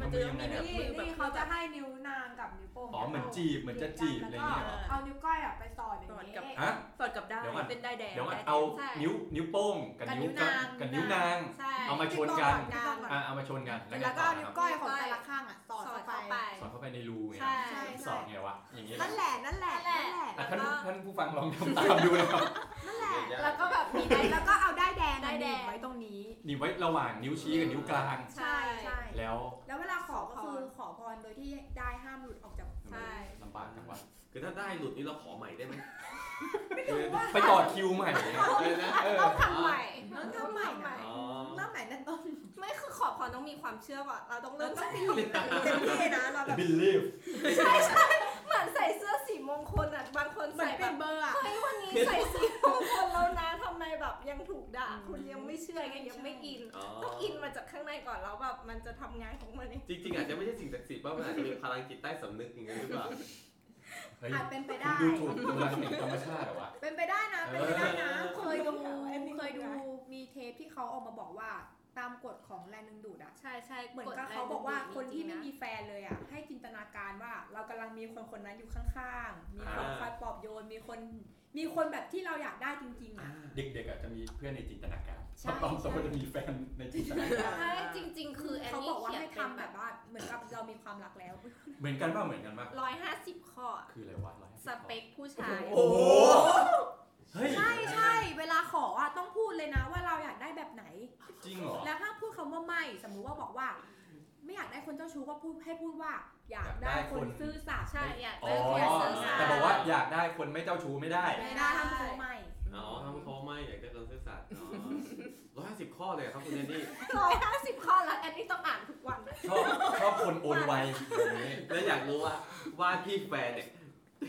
Speaker 4: มันจะต้องมีแบบ
Speaker 5: นี่นี่เขาจะให้นิ้วนางกับนิ้วโป้ง
Speaker 2: อ๋อเหมือนจีบเหมือนจะจีบอะไรอย่างเงี้ยเหรอ
Speaker 5: เอานิ้วก้อยอะไปสอดอย่าง
Speaker 4: สอด
Speaker 5: นี้
Speaker 4: กับ
Speaker 2: ฮะ
Speaker 4: สอดกลับได้
Speaker 2: เดี๋ยวก่อน
Speaker 4: เป็นได้ายแดง
Speaker 2: เดี๋ยวก่อน
Speaker 4: ด้ยแดง
Speaker 2: เอา
Speaker 3: ใช่
Speaker 2: นิ้วนิ้วโป้งกับนิ้วกลางกับนิ้วนาง
Speaker 3: ใช่
Speaker 2: เอามาชนกัน
Speaker 5: ที่ต้องก่อน
Speaker 2: อ่ะเอามาชนกัน
Speaker 5: แล้วก็
Speaker 2: ต่
Speaker 5: เอา
Speaker 2: นะ
Speaker 5: นิ้
Speaker 2: คว รับ
Speaker 5: ก้อยของแต่ละข้างอ่ะสอด
Speaker 3: สอด
Speaker 5: เข้า
Speaker 3: เข้า
Speaker 5: ไป
Speaker 3: ไป
Speaker 2: สอดเข้าไปในรูไง
Speaker 3: ใช่
Speaker 5: ใช่
Speaker 2: สอดไงวะอย่างงี้เหรอ
Speaker 5: นั่นแหละนั่นแหละ
Speaker 3: นั่นแหละ
Speaker 2: อ่ะ
Speaker 3: แล้วก็
Speaker 2: ท่านท่านผู้ฟังลอง ทำตามดูนะครับ
Speaker 5: นั่นแหละแล้วก็แบบมีได้แล้วก็เอาได้ายแดง
Speaker 3: ด้ายแดง
Speaker 5: หนีบไว้ตรงนี้
Speaker 2: นี่ไว้ระหว่างนิ้วชี้กับนิ้วกลาง
Speaker 3: ใช่ใช่
Speaker 2: แล้ว
Speaker 5: แล้วเวลาขอก็คือขอพรโดยที่ได้ห้ามหลุดออกจาก
Speaker 3: ใช่
Speaker 2: ลำบากจังวะ
Speaker 1: คือถ้าได้หลุดนี่เราขอใหม่ได้ไหม
Speaker 2: ไปต่อคิวใหม่ไง
Speaker 1: เลยนะ
Speaker 2: เออ
Speaker 3: ต้องทำใหม่
Speaker 5: ต้องทำ
Speaker 3: ต้อง
Speaker 5: ใหม่ใหม่
Speaker 1: อ๋อ
Speaker 5: เริ่มใหม่นั่นต้น
Speaker 3: ไม่คือขอพรต้องมีความเชื่อก่อนเราต้อง
Speaker 5: เรา
Speaker 3: เริ่ม
Speaker 5: ต้อ
Speaker 3: จาก
Speaker 5: งมีเต็มที่นะเราแบบ
Speaker 2: บิลลี่
Speaker 3: เหมือนใส่เสื้อสีมงคลอ่ะบางคน
Speaker 5: เหมือ
Speaker 3: ใส่
Speaker 5: น
Speaker 3: แบ
Speaker 5: เป็น
Speaker 3: บ
Speaker 5: เบอร์อะ
Speaker 3: เฮ้ยวันนี้ใส่สีมงคลแล้วนะทำไมแบบยังถูกด่าคุณยังไม่เชื่อไงยังไม่อิน
Speaker 1: อ๋อ
Speaker 3: ต้องอินมาจากข้างในก่อนแล้วแบบมันจะทำงานของมันเอง
Speaker 1: จริงๆ อาจจะไม่ใช่สิ่งศักดิ์สิทธิ์ว่ามันอาจจะเป็นพลังจิตใต้สำนึกอย่างนั้นหรือเปล่า
Speaker 2: เฮ้ย
Speaker 5: อาจเป็นไป
Speaker 2: คุณ
Speaker 5: ได้
Speaker 2: ดูถูกกำลังสิ่งธรรมชาติเหรอวะ
Speaker 5: เป็นไปได้นะ
Speaker 2: เอ
Speaker 5: เป็
Speaker 2: อ
Speaker 5: นไปได้นะ
Speaker 1: เออ
Speaker 5: เคยดู
Speaker 3: เออ
Speaker 5: เคยดู มีเทปที่เขาออกมาบอกว่า ตามกฎของแรงดึงดูดอะ
Speaker 3: ใช่ใช่
Speaker 5: เหมือนกับเขาบอกว่าคนที่ไม่มีแฟนเลยอะให้จินตนาการว่าเรากำลังมีคนคนนั้นอยู่ข้างๆ มีคน
Speaker 1: อ่า
Speaker 5: คอยปลอบโยน มีคน มีคนแบบที่เราอยากได้จริงๆอะ
Speaker 2: เด็กๆอ่ะจะมีเพื่อนในจินตนาการ
Speaker 5: ใช่
Speaker 2: ตอนโตจะมีแฟนในจินตนาการ
Speaker 3: ใช่จริง ๆ คือแอน
Speaker 5: เขา
Speaker 3: นี่
Speaker 5: บอกว่า
Speaker 3: เขียน
Speaker 5: ให้
Speaker 3: เป็น
Speaker 5: ทำ
Speaker 3: แบ
Speaker 5: แบบ บว่า เหมือนกับเรามีความรักแล้ว
Speaker 2: เหมือนกันป่ะเหมือนกันป่ะ
Speaker 3: ร้อยห้าสิบข้ออะ
Speaker 2: คืออะไรวะร้อยห้า
Speaker 3: ส
Speaker 2: บ
Speaker 3: เปคผู้ชาย
Speaker 2: โอ้โหเฮ้ย
Speaker 5: ใช่ใช่เวลาขออะต้องพูดเลยนะว่าเราอยากได้แบบไหน
Speaker 2: จริงเหรอ
Speaker 5: แล้วถ้าพูดคำว่าไม่ สมมุติว่าบอกว่า ไม่อยากได้คนเจ้าชู้ก็พูดให้พูดว่า อยาก
Speaker 2: อ
Speaker 5: ได้
Speaker 2: ยากได้
Speaker 5: ค
Speaker 2: คน
Speaker 5: นซื่อสัตย์
Speaker 3: ใช่อยาก
Speaker 2: อ๋อ
Speaker 3: ได้คนซื่อสัตย์
Speaker 2: แต่บอกว่าอยากได้คนไม่เจ้าชู้ไม่ได้
Speaker 5: ไม่ได้ทำเขาไม่
Speaker 1: อ๋อทำเขาไม่อยากได้คนซื่อสัตย์ร้อยห้าสิบข้อเลยครับคุณแอนนี่
Speaker 3: ร้อยห้าสิบข้อแล้วแอนนี่ต้องอ่านทุกวัน
Speaker 2: ชอบชอบคนโอนไวอย่างนี้
Speaker 1: แล้วอยากรู้ว่าว่าที่แฟนเนี่ย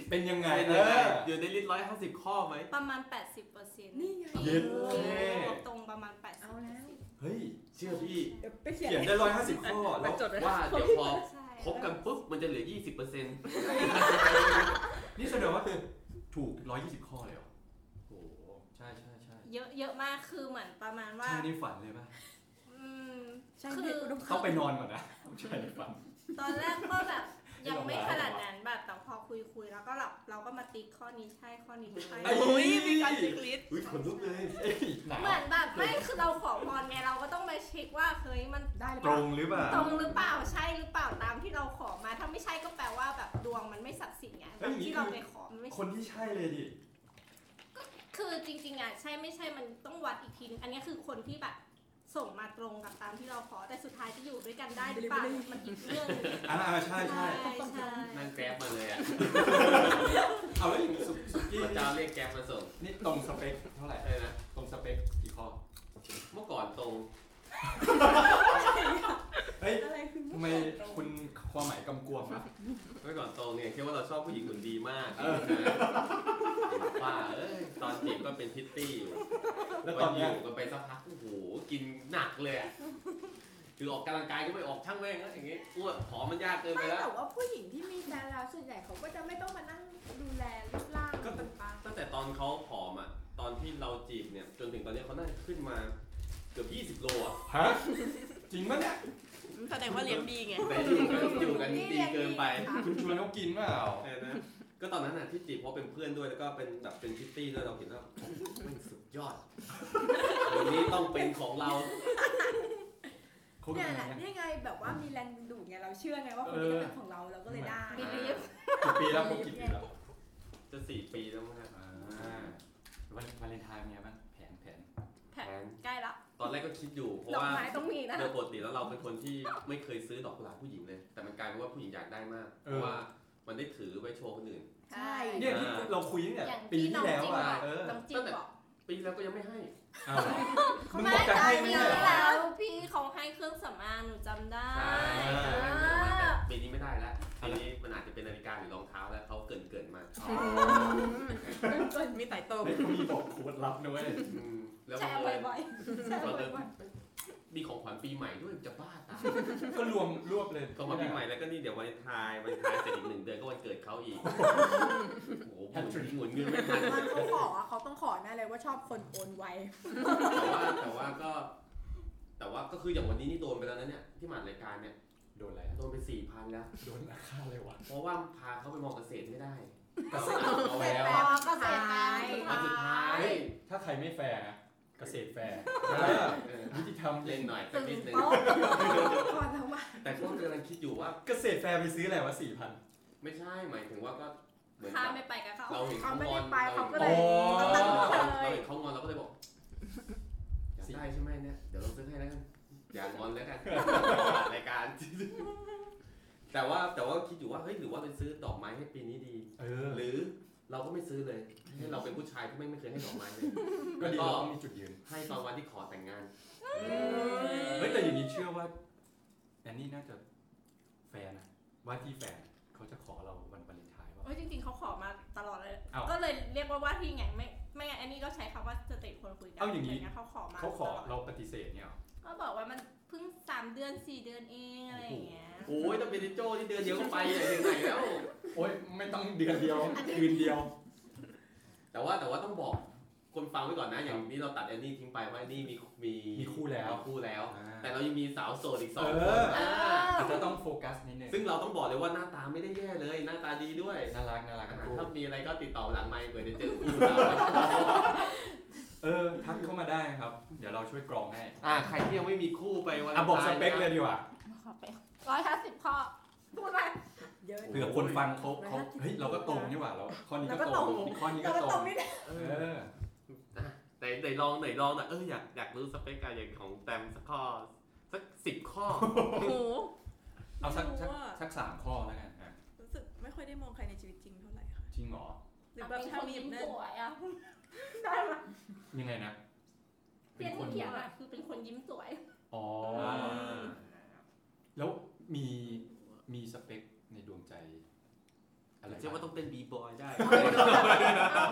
Speaker 2: เป็นยังไง
Speaker 1: เป็น
Speaker 2: เอ
Speaker 1: ยังไง
Speaker 2: อ
Speaker 1: อยู่ในลิสต์ร้อยห้าสิบข้อไหม
Speaker 3: ประมาณ 80เปอร์เซ็นต์
Speaker 5: นี่ไง
Speaker 2: เย็ดเท่
Speaker 3: ตรงประมาณ 80
Speaker 5: เอาแล้ว
Speaker 2: เฮ้ย
Speaker 1: เชื่อพี่
Speaker 5: เดี๋ยวไปเขียน
Speaker 2: เขียนได้ร้อยห้าสิบข้อ
Speaker 4: ไป
Speaker 2: แล้ว
Speaker 4: จดไว้
Speaker 1: ว่าเดี๋ยวพอ
Speaker 3: ใช่
Speaker 1: คบกันปุ๊บมันจะเหลือ 20%
Speaker 2: นี่แสดงว่าคือถูกร้อยยี่สิบข้อเลยเหรอโอ้โหใช่ใช่ใช่
Speaker 3: เยอะเยอะมากคือเหมือนประมาณว่า
Speaker 2: ใช่ในฝันเลยป่ะ
Speaker 3: อืม
Speaker 5: ใช่
Speaker 3: คือ
Speaker 5: คือ
Speaker 2: ต้องไปนอนก่อนนะใช่ในฝัน
Speaker 3: ตอนแรกก็แบบ
Speaker 2: ไม่
Speaker 3: ยัง
Speaker 2: ลง
Speaker 3: ไม่
Speaker 2: ราย
Speaker 3: ขนาดนั้นแบบแต่พอคุยคุยๆแล้วก็แบบเราก็มาติ๊กข้อนี้ใช่ข้อนี้ใช่
Speaker 1: ไอ้
Speaker 4: อุ้ยมีการจิกลิสต์
Speaker 1: อุ้ยขนลุกเลย
Speaker 2: เอ้ยหนาว
Speaker 3: เหมือนแบบไม่คือเราขอพรไงเราก็ต้องมาเช็คว่าเฮ้ยมัน
Speaker 5: ได้หรือ
Speaker 2: ต
Speaker 5: เป
Speaker 2: ร
Speaker 5: ล่าง
Speaker 2: หรือเปล่า
Speaker 3: ตรงหรือเปล่าใช่หรือเปล่าตามที่เราขอมาถ้าไม่ใช่ก็แปลว่าแบบดวงมันไม่ศักดิ์สิทธิ์ไงแบบที่เราไปขอมันไม่ใช่
Speaker 2: คนที่ใช่เลยดิ
Speaker 3: คือจริงๆอ่ะใช่ไม่ใช่มันต้องวัดอีกทีนึงอันนี้คือคนที่แบบส่งมาตรงกับตามที่เราขอแต่สุดท้ายจะอยู่ด้วยกันได้หรือเปล่ามันอีกเรื่องหนึง
Speaker 2: อ่าใช่ใช่
Speaker 3: ใช่
Speaker 1: นั่งแกร็บมาเลยอ่ะ
Speaker 2: เอาแล้วอย่างสุสุกี้
Speaker 1: เจ้าเรียกแกร็บมาส่ง
Speaker 2: นี่ตรงสเปคเท่าไหร่
Speaker 1: ใช่นะ
Speaker 2: ตรงสเปคกี่ข้อ
Speaker 1: เมื่อก่อนตรง
Speaker 2: เฮ้ย
Speaker 5: อะไรคือ
Speaker 2: ทำไมคุณความหมายกำกวมอะ
Speaker 1: เมื่อก่อนตรงเนี่ยคิดว่าเราชอบผู้หญิงหุ่นดีมาก
Speaker 2: เออ
Speaker 1: ป้าเอ้ยตอนจีบก็เป็นพิตตี้อยู่
Speaker 2: แล้วตอนเนี้ย
Speaker 1: ยู่กันไปสักพักโอ้โหกินหนักเลยอะคือออกกำลังกายก็ไม่ออกช่างแม่งแล้วอย่างเงี้ยอ้วนผอมมันยากเกินไป
Speaker 5: ไม่
Speaker 1: แล้ว
Speaker 5: แต่ว่าผู้หญิงที่มีแฟนแล้วส่วนใหญ่เขาก็จะไม่ต้องมานั่งดูแลรูปร่าง
Speaker 1: ก็
Speaker 5: ถูปะ
Speaker 1: ตั้งแต่ตอนเขาผอมอ่ะ ตอนที่เราจีบเนี่ย จนถึงตอนเนี้ยเขาน่าจะขึ้นมาเกือบ20 โลอ่ะ
Speaker 2: ฮะจ จริงปะเนี่ย
Speaker 4: แสดงว่าเลี้ยงดีไง
Speaker 1: แต่อยู่กันอยู่กัน
Speaker 5: นี่
Speaker 1: ดี
Speaker 5: เรียน
Speaker 1: เกินไป
Speaker 5: ดีค่ะ
Speaker 2: คุณชวนเขากินเปล่า
Speaker 1: เออนะก็ตอนนั้นน่ะที่จีบเพราะเป็นเพื่อนด้วยแล้วก็เป็นแบบเป็นพิตตี้ด้วยเราเห็นแล้วมันสุดยอดวันนี้ต้องเป็นของเรา
Speaker 2: เขากิ
Speaker 5: เนี่ย
Speaker 2: น
Speaker 5: แหละ
Speaker 2: ยัง
Speaker 5: เนี่ยไงแบบว่ามีแรงดึงดูดไงเราเชื่อไงว่าคนนี้จะเป็นของเราเราก็เลยได้
Speaker 1: เออ
Speaker 2: กี่ปีแล้วเขากี่ปีแล้ว
Speaker 1: จะสี่ปีแล้วมั้งฮะ
Speaker 2: อ่าวันวาเลนไทน์เป็นไงบ้างแผนแผน
Speaker 3: แผนใกล้ละ
Speaker 1: ตอนแรกก็คิดอยู่เพราะ
Speaker 3: ดอก
Speaker 1: ว่า
Speaker 3: ไม้ต้องมีนะ
Speaker 1: โดยปกติแล้วเราเป็นคนที่ไม่เคยซื้อดอกกุหลาบผู้หญิงเลย แต่มันกลายเป็นว่าผู้หญิงอยากได้มากเพ
Speaker 2: เออ
Speaker 1: ราะว่ามันได้ถือไว้โชว์คนอื่น
Speaker 3: ใช่
Speaker 2: เนี่ยที่เราคุยเนี่ย
Speaker 3: อย่าง
Speaker 2: ปี
Speaker 3: ที่น้
Speaker 2: ที่
Speaker 3: อง
Speaker 2: แล้ว
Speaker 3: จิม
Speaker 2: อ่ะ
Speaker 3: บอก
Speaker 2: เออ
Speaker 3: น้องจิมบอก
Speaker 1: ปีแล้วก็ยังไม่ให้
Speaker 2: เอาเหรอ
Speaker 3: เขา
Speaker 2: มึง
Speaker 3: ไม่
Speaker 2: บอกจะ
Speaker 3: ใจ
Speaker 2: ให้ไม่
Speaker 3: เย
Speaker 2: ใช่เหร
Speaker 3: อะ
Speaker 2: อ
Speaker 3: แล้วพี่เขาให้เครื่องสำอางหนูจำได้
Speaker 1: ใช่
Speaker 3: เออ
Speaker 1: ปีนี้ไม่ได้แล้วปีนี้มันอาจจะเป็นนาฬิกาหรือรองเท้าแล้วเขาเกินเกินๆมา
Speaker 4: มีสายตรง
Speaker 2: เฮ้ยเขามีบอกโค้ดลับนะเว้ย
Speaker 1: อืมแล้ว
Speaker 5: แช
Speaker 1: บัง
Speaker 5: ร์
Speaker 1: เอิญ
Speaker 5: บ่อยๆแชร์บ่อย
Speaker 1: มีของขวัญปีใหม่ด้วยจะบ้าตาย
Speaker 2: ก็รวมรวบเลย
Speaker 1: ก็มาปีใหม่แล้วก็นี่เดี๋ยววันไทายวันไทายเสร็จอีกหนึ่งเดือนก็วันเกิดเขาอีก โอ้โหหมุนหมุนเงินไม่ทัน
Speaker 5: ๆตอนเขาขออะเขาต้องขอแน่เลยว่าชอบคนโอนไว
Speaker 1: แต่ว่าแต่ว่าก็ แต่ว่าก็คืออย่างวันนี้นี่โดนไปแล้วนะเนี่ยที่หมารายการเนี่ย
Speaker 2: โดนอะไร
Speaker 1: โดนไปสี่พันแล้ว
Speaker 2: โดนราคาเลยวะ
Speaker 1: เพราะว่าพาเขาไปมองเกษตรไม่ได้
Speaker 2: เกษตรเอา
Speaker 5: เสร็จ
Speaker 2: แล้ว
Speaker 5: แล้วก็เสร็จ
Speaker 1: ตอนสุดท้าย
Speaker 2: ถ้าใครไม่แฟร์นะ เกษตรแฟร์
Speaker 1: เออ
Speaker 2: ยุติธรรม
Speaker 1: เล่นหน่อยสั
Speaker 5: ตึ
Speaker 1: ก
Speaker 5: ง
Speaker 1: นิดนึง
Speaker 5: โต๊ะก่อนแล้วว่า
Speaker 1: แต่ก็กำลังคิดอยู่ว่า
Speaker 2: เกษตรแฟร์ไปซื้ออะไรวะสี่พัน
Speaker 1: ไม่ใช่หมายถึงว่าก็เหมือน
Speaker 3: ข้า
Speaker 1: กับ
Speaker 3: ไม่ไปกับเขา
Speaker 1: เราเห็นเขางอน
Speaker 5: เขาไม่ได้ไปเขาก็
Speaker 2: เลย
Speaker 1: เรา
Speaker 5: ตั
Speaker 1: เห็น
Speaker 5: ดเลย
Speaker 1: เราเห็นเขางอนเราก็เลยบอกอยากได้ใช่ไหมเนี่ยเดี๋ยวเราซื้อให้แล้วกันอย่ากงอน แล้วกันรายการ แต่ว่าแต่ว่าคิดอยู่ว่าเฮ้ยหรือว่าไปซื้อดอกไม้ให้ปีนี้ดี
Speaker 2: เออ
Speaker 1: หรือเราก็ไม่ซื้อเลยให้เราเป็นผู้ชายที่ไม่ไม่เคยให้ดอกไม้เลย
Speaker 2: ก็ดีเราต้องมีจุดยืน
Speaker 1: ให้ตอนวันที่ขอแต่งงาน
Speaker 2: เฮ้ยแต่อย่างนี้เชื่อว่าแอนนี่น่าจะแฟนนะว่าที่แฟนเขาจะขอเราวันวาเลนไทน์ว่า
Speaker 3: เอ้ยจริงๆเขาขอมาตลอดเลย
Speaker 2: เอ้า
Speaker 3: ก็เลยเรียกว่าว่าที่ไงไม่ไม่งั้นอันนี้ก็ใช้คำว่าสเตจคนคุยกั
Speaker 2: เอ้าอย่างนี้
Speaker 3: นี้เขาขอมา
Speaker 2: เขาขอ
Speaker 3: ตลด
Speaker 2: เราปฏิเสธเนี่ยเหรอ
Speaker 3: ก็บอกว่ามันเพิ่งสามเดือนสี่เดือนเองอะไรอย่างเงี้ย
Speaker 1: โอ้ยต้องเป็นดิโจ้ที่เดือนเดียวก็ไปอย่างไหนแล้ว
Speaker 2: โอ๊ยไม่ต้องเดือนเดียว คืนเดียว
Speaker 1: แต่ว่าแต่ว่าต้องบอกคนฟังไว้ก่อนนะ อย่างนี้เราตัดแอนนี่ทิ้งไปว่าแอนนี่มีมี
Speaker 2: มีคู่แล้ว
Speaker 1: คู่แล้ว
Speaker 2: อ่า
Speaker 1: แต่เรายังมีสาวโสดอีกสอง
Speaker 2: เอ
Speaker 1: คน
Speaker 2: อ
Speaker 3: เอ
Speaker 1: อ่า
Speaker 3: อ
Speaker 2: อาจจะต้องโฟกัสนิดนึง
Speaker 1: ซึ่งเราต้องบอกเลยว่าหน้าตาไม่ได้แย่เลย หน้าตาดีด้วย
Speaker 2: น่ารักน่ารัก
Speaker 1: อ่า
Speaker 2: ทั้งคู่
Speaker 1: ถ้ามีอะไรก็ติดต่อหลังไมค์เผื่อจะเจอคู่เรา
Speaker 2: เออทักเข้ามาได้ครับ เดี๋ยวเราช่วยกรองให้
Speaker 1: อ่าใครที่ยังไม่มีคู่ไปวัน
Speaker 2: อ่ะบอกสเปคเลย
Speaker 1: นะ
Speaker 2: ดีกว่า
Speaker 3: ร้อยห้าสิบข้อพูดไป
Speaker 5: เยอะ
Speaker 2: เผื่อคนฟังเขาเขาเฮ้ยเราก็ตรงนี่หว่าเราข้อนี้ก็ตรง
Speaker 5: เราก็ตรง
Speaker 2: ข้อนี้
Speaker 5: เรา
Speaker 2: ก็
Speaker 5: ก็
Speaker 2: ต
Speaker 5: ต
Speaker 2: ร
Speaker 5: รง งนี่นะ
Speaker 2: เออ
Speaker 1: ไหนไหนลองไหนลองหนะเอออยากอยากรู้สเปคการอย่างของแตมสักข้อสักสิบข้อ
Speaker 4: โอ้โห
Speaker 2: เอาสักสัก
Speaker 4: ไม่รู้อะ
Speaker 2: สักสามข้อแล้วกันอ่ะ
Speaker 6: รู้สึกไม่ค่อยได้มองใครในชีวิตจริงเท่าไหร่ค่ะ
Speaker 2: จริงเหรอ
Speaker 6: หรือแบบถ้ามี
Speaker 3: เป็นคนยิ้
Speaker 6: น่า
Speaker 3: สวยอ่ะ
Speaker 5: ได้ไหม
Speaker 2: ยังไงนะ
Speaker 3: เพียนที่เขียนอะคือเป็นคนยิ้มสวย
Speaker 2: อ๋อแล้วมีมีสเปคในดวงใจอะไร
Speaker 1: เชื่อว่าต้องเต้นบีบอย ได้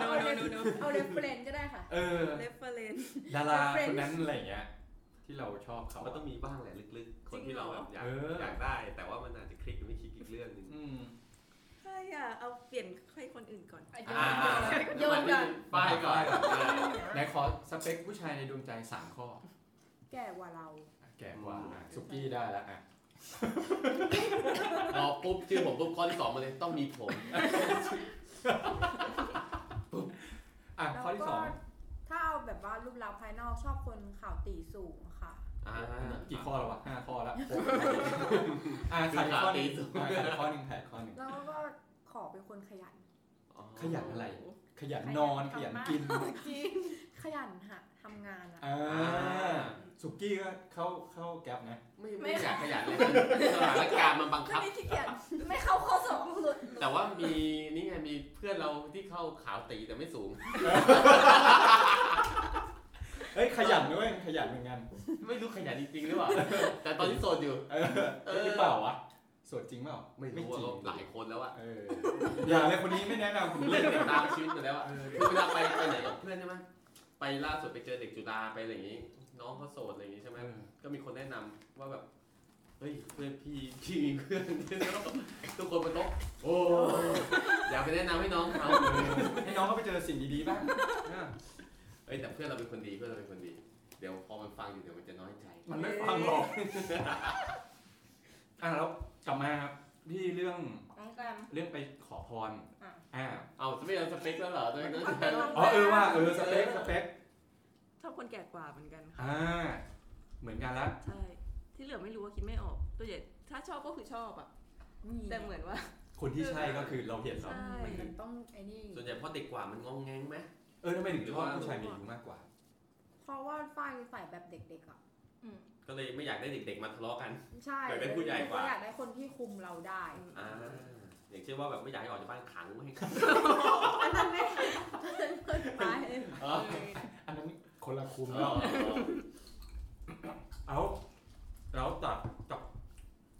Speaker 5: เอา
Speaker 4: โน
Speaker 5: เอา
Speaker 4: โน
Speaker 5: เรฟ
Speaker 4: โนโน
Speaker 5: เอาเรฟเฟรนก็ได้ค่ะ
Speaker 2: เออ
Speaker 6: เรฟเฟรน
Speaker 2: ดารา
Speaker 5: เฟรนด์
Speaker 2: คนนั้นอะไรอย่างเงี้ยที่เราชอบเขา
Speaker 1: มันต้องมีบ้างแหละลึกๆ คนที่เราแบบอยาก
Speaker 2: เออ
Speaker 1: อยากได้ แต่ว่ามันอาจจะคลิกหรือไม่คลิกอีกเรื่องหนึ่ง
Speaker 2: อืม
Speaker 6: ใช่อ่ะ เอาเปลี่ยนให้คนอื่นก่อน
Speaker 3: อ่ะ
Speaker 2: อ่า
Speaker 3: โยนก่อน
Speaker 1: ป้ายก่อน
Speaker 2: ไหนขอสเปคผู้ชายในดวงใจสามข้อ
Speaker 5: แก่กว่าเรา
Speaker 2: แก่กว่าอ่ะสุกี้ได้แล้วอ่ะ
Speaker 1: รอปุ๊บชื่อผมปุ๊บข้อที่สองมาเลยต้องมีผม
Speaker 2: อ่ะข้อที่สอง
Speaker 5: ถ้าเอาแบบว่ารูปลักษณ์ภายนอกชอบคนข่าวตีสูงค่ะ
Speaker 1: อ่า
Speaker 2: กี่ข้อแล้ววะห้าข้อแล้ว อ่า
Speaker 1: คือ
Speaker 2: ขาดอีกข้อหนึง
Speaker 1: ขาดอีก
Speaker 2: อ่าขาดอีกข้อหนึงขาดอีกข้อหนึง
Speaker 5: แล้วก็ขอเป็นคนขยัน
Speaker 2: ขยันอะไร ขยันนอน ขยันกิน
Speaker 5: ขยันหะทำงานอะ
Speaker 2: อ่าสุกี้ก็เข้าเข้าแก๊ปนะ
Speaker 1: ไม่ไม่อยากขยันเลยมันสถานการณ์มันบังคับ
Speaker 5: ไม่ขี้เกียจ
Speaker 3: ไม่เข้าข้อสองหลุด
Speaker 1: แต่ว่ามีนี่ไงมีเพื่อนเราที่เข้าขาวตีแต่ไม่สูง
Speaker 2: เอ้ย ขยันด้วยขยันเหมือนกัน
Speaker 1: ไม่รู้ขยันจริงๆหรือเปล่า แต่ตอนที่โสดอยู่
Speaker 2: เออ
Speaker 1: เออ
Speaker 2: หรือเปล่าวะสดจริงเปล่า
Speaker 1: ไม่รู้ว่า
Speaker 2: จ
Speaker 1: เรา
Speaker 2: ง
Speaker 1: หลายคนแล้วอะ
Speaker 2: เอออย่าเลยคนนี้ไม่แนะนำผมเล
Speaker 1: เลิ
Speaker 2: ย
Speaker 1: กติดตามชีวิตหมดแล้วอะ
Speaker 2: เออ
Speaker 1: คือเวลาไปไปไหนกับเพื่อนใช่ไหมไปล่าสุดไปเจอเด็กจุฬาไปอะไรอย่างงี้ น้องเขาโสดอะไรอย่างงี้ใช่ไหม
Speaker 2: เออ
Speaker 1: ก็มีคนแนะนำว่าแบบ เฮ้ยเพื่อนพี่พี่มีเพื่อนที่แล้วทุกคนเป็นนกโอ้อย่าไปแนะนำให้น้องเขา
Speaker 2: ให้น้องเขาไปเจอสิ่งดีๆบ้างอ่ะ
Speaker 1: เอ้ยแต่เพื่อนเราเป็นคนดีเพื่อนเราเป็นคนดี เดี๋ยวพอมันฟังอยู่เดี๋ยวมันจะน้อยใจ
Speaker 2: มันไม่ฟังหรอก อ่ะแล้วกลับมาครับที่เรื่อง
Speaker 3: น้องแกรม
Speaker 2: เรื่องไปขอพร
Speaker 3: อ่ะ
Speaker 2: อ่า
Speaker 1: เอาจะไม่เอาสเปคแล้วเหรอตัวเองก็จะ
Speaker 2: อ๋อเออว่าเออสเปคสเปค
Speaker 4: ชอบคนแก่กว่าเหมือนกันค่ะ
Speaker 2: อ่าเหมือนกันละ
Speaker 4: ใช่ที่เหลือไม่รู้ว่าคิดไม่ออกตัวใหญ่ถ้าชอบก็คือชอบอ่ะแต่เหมือนว่า
Speaker 2: คนที่ใช่ก็คือเราเห็นเรา
Speaker 4: ใช่
Speaker 5: มันต้องไอ้นี่
Speaker 1: ส่วนใหญ่พอเด็กกว่ามันงองแงงไหม
Speaker 2: เออทำไมถึงชอบผู้ชายมีอายุมากกว่า
Speaker 5: เพราะว่าฝ้ายเป็นฝ่ายแบบเด็กๆอ่ะ
Speaker 1: ก็เลยไม่อยากได้เด็ก ๆ มาทะเลาะกัน
Speaker 5: ใช่
Speaker 1: อยากได้ผู้ใหญ่กว่า
Speaker 5: เรอยากได้คนที่คุมเราได้
Speaker 1: อ่า อย่างเช่นว่าแบบไม่อยากให้ออกจากบ้านขังไม่ให้ขัง
Speaker 5: อันนั้นไม่เกินไป
Speaker 1: อ๋อ
Speaker 2: อันนั้นคนละคุม
Speaker 1: อ๋อ
Speaker 2: เนาะเอาแล้วจากจาก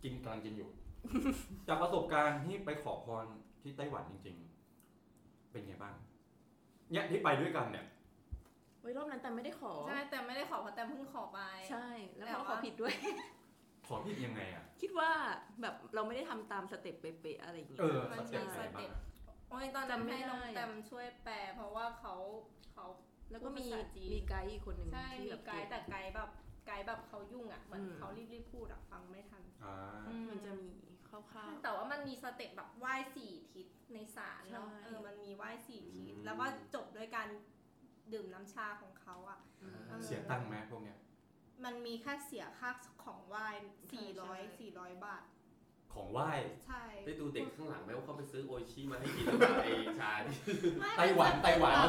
Speaker 2: กินกำลังกินอยู่ จากประสบการณ์ที่ไปขอพรที่ไต้หวันจริง ๆ เป็นไงบ้าง เนี่ยที่ไปด้วยกันเนี่ย
Speaker 4: เฮ้ยรอบนั้นแต่ไม่ได้ขอ
Speaker 3: ใช่แต่ไม่ได้ขอเพราะแต่เพิ่งขอไป
Speaker 4: ใช่ แล้ว
Speaker 3: แต่
Speaker 4: พอ
Speaker 3: ว่า
Speaker 4: ขอผิดด้วย
Speaker 2: ขอผิดยังไงอ่ะ
Speaker 4: คิดว่าแบบเราไม่ได้ทำตามสเต็ปเป๊ะๆอะไรอย่างเงี้
Speaker 2: เอย อ
Speaker 3: มั
Speaker 2: ส
Speaker 3: น
Speaker 2: เต็ป
Speaker 3: มี
Speaker 2: ไหนบ้าง
Speaker 3: สเต็ป
Speaker 2: อะ
Speaker 3: โอ้ยตอนนั้น
Speaker 4: จำไม่
Speaker 3: ให้
Speaker 4: ได้
Speaker 3: น้องแตมช่วยแปล เพราะว่าเขาเขา
Speaker 4: แล้วก็มี
Speaker 3: พูดภาษาจีน
Speaker 4: มีไกด์อีกคนหนึ่ง
Speaker 3: ใช่
Speaker 4: ที่
Speaker 3: มี
Speaker 4: แบบ
Speaker 3: ไกด์
Speaker 4: เก่ง
Speaker 3: แต่ไกด์แบบไกด์แบบเขายุ่งอ่ะเหมือน
Speaker 4: อืม
Speaker 3: เขารีบๆพูดอ่ะฟังไม่ทัน
Speaker 2: อ่า
Speaker 4: มันจะมีคร่าว
Speaker 3: แต่ว่ามันมีสเต็ปแบบไหว้สี่ทิศในศาลเนาะ
Speaker 4: ใช่
Speaker 3: เออมันมีไหว้สี่ทิศแล้วก็จบด้วยการดื่มน้ำชาของเขาอ่ะ
Speaker 1: อ่า
Speaker 2: เสียตังค์ไหมพวกเนี้ย
Speaker 3: มันมีแค่เสียค่าของไหว้สี่ร้อย
Speaker 4: ใช่
Speaker 3: สี่ร้อยบาท
Speaker 2: ของไหว้
Speaker 3: ใช่
Speaker 1: ได้ดูเด็กข้างหลังไหมว่าเขาไปซื้อโออิชิมาให้กินหรือเปล่าไอชาที่
Speaker 3: ไม่
Speaker 2: ไต้หวันไต้หวัน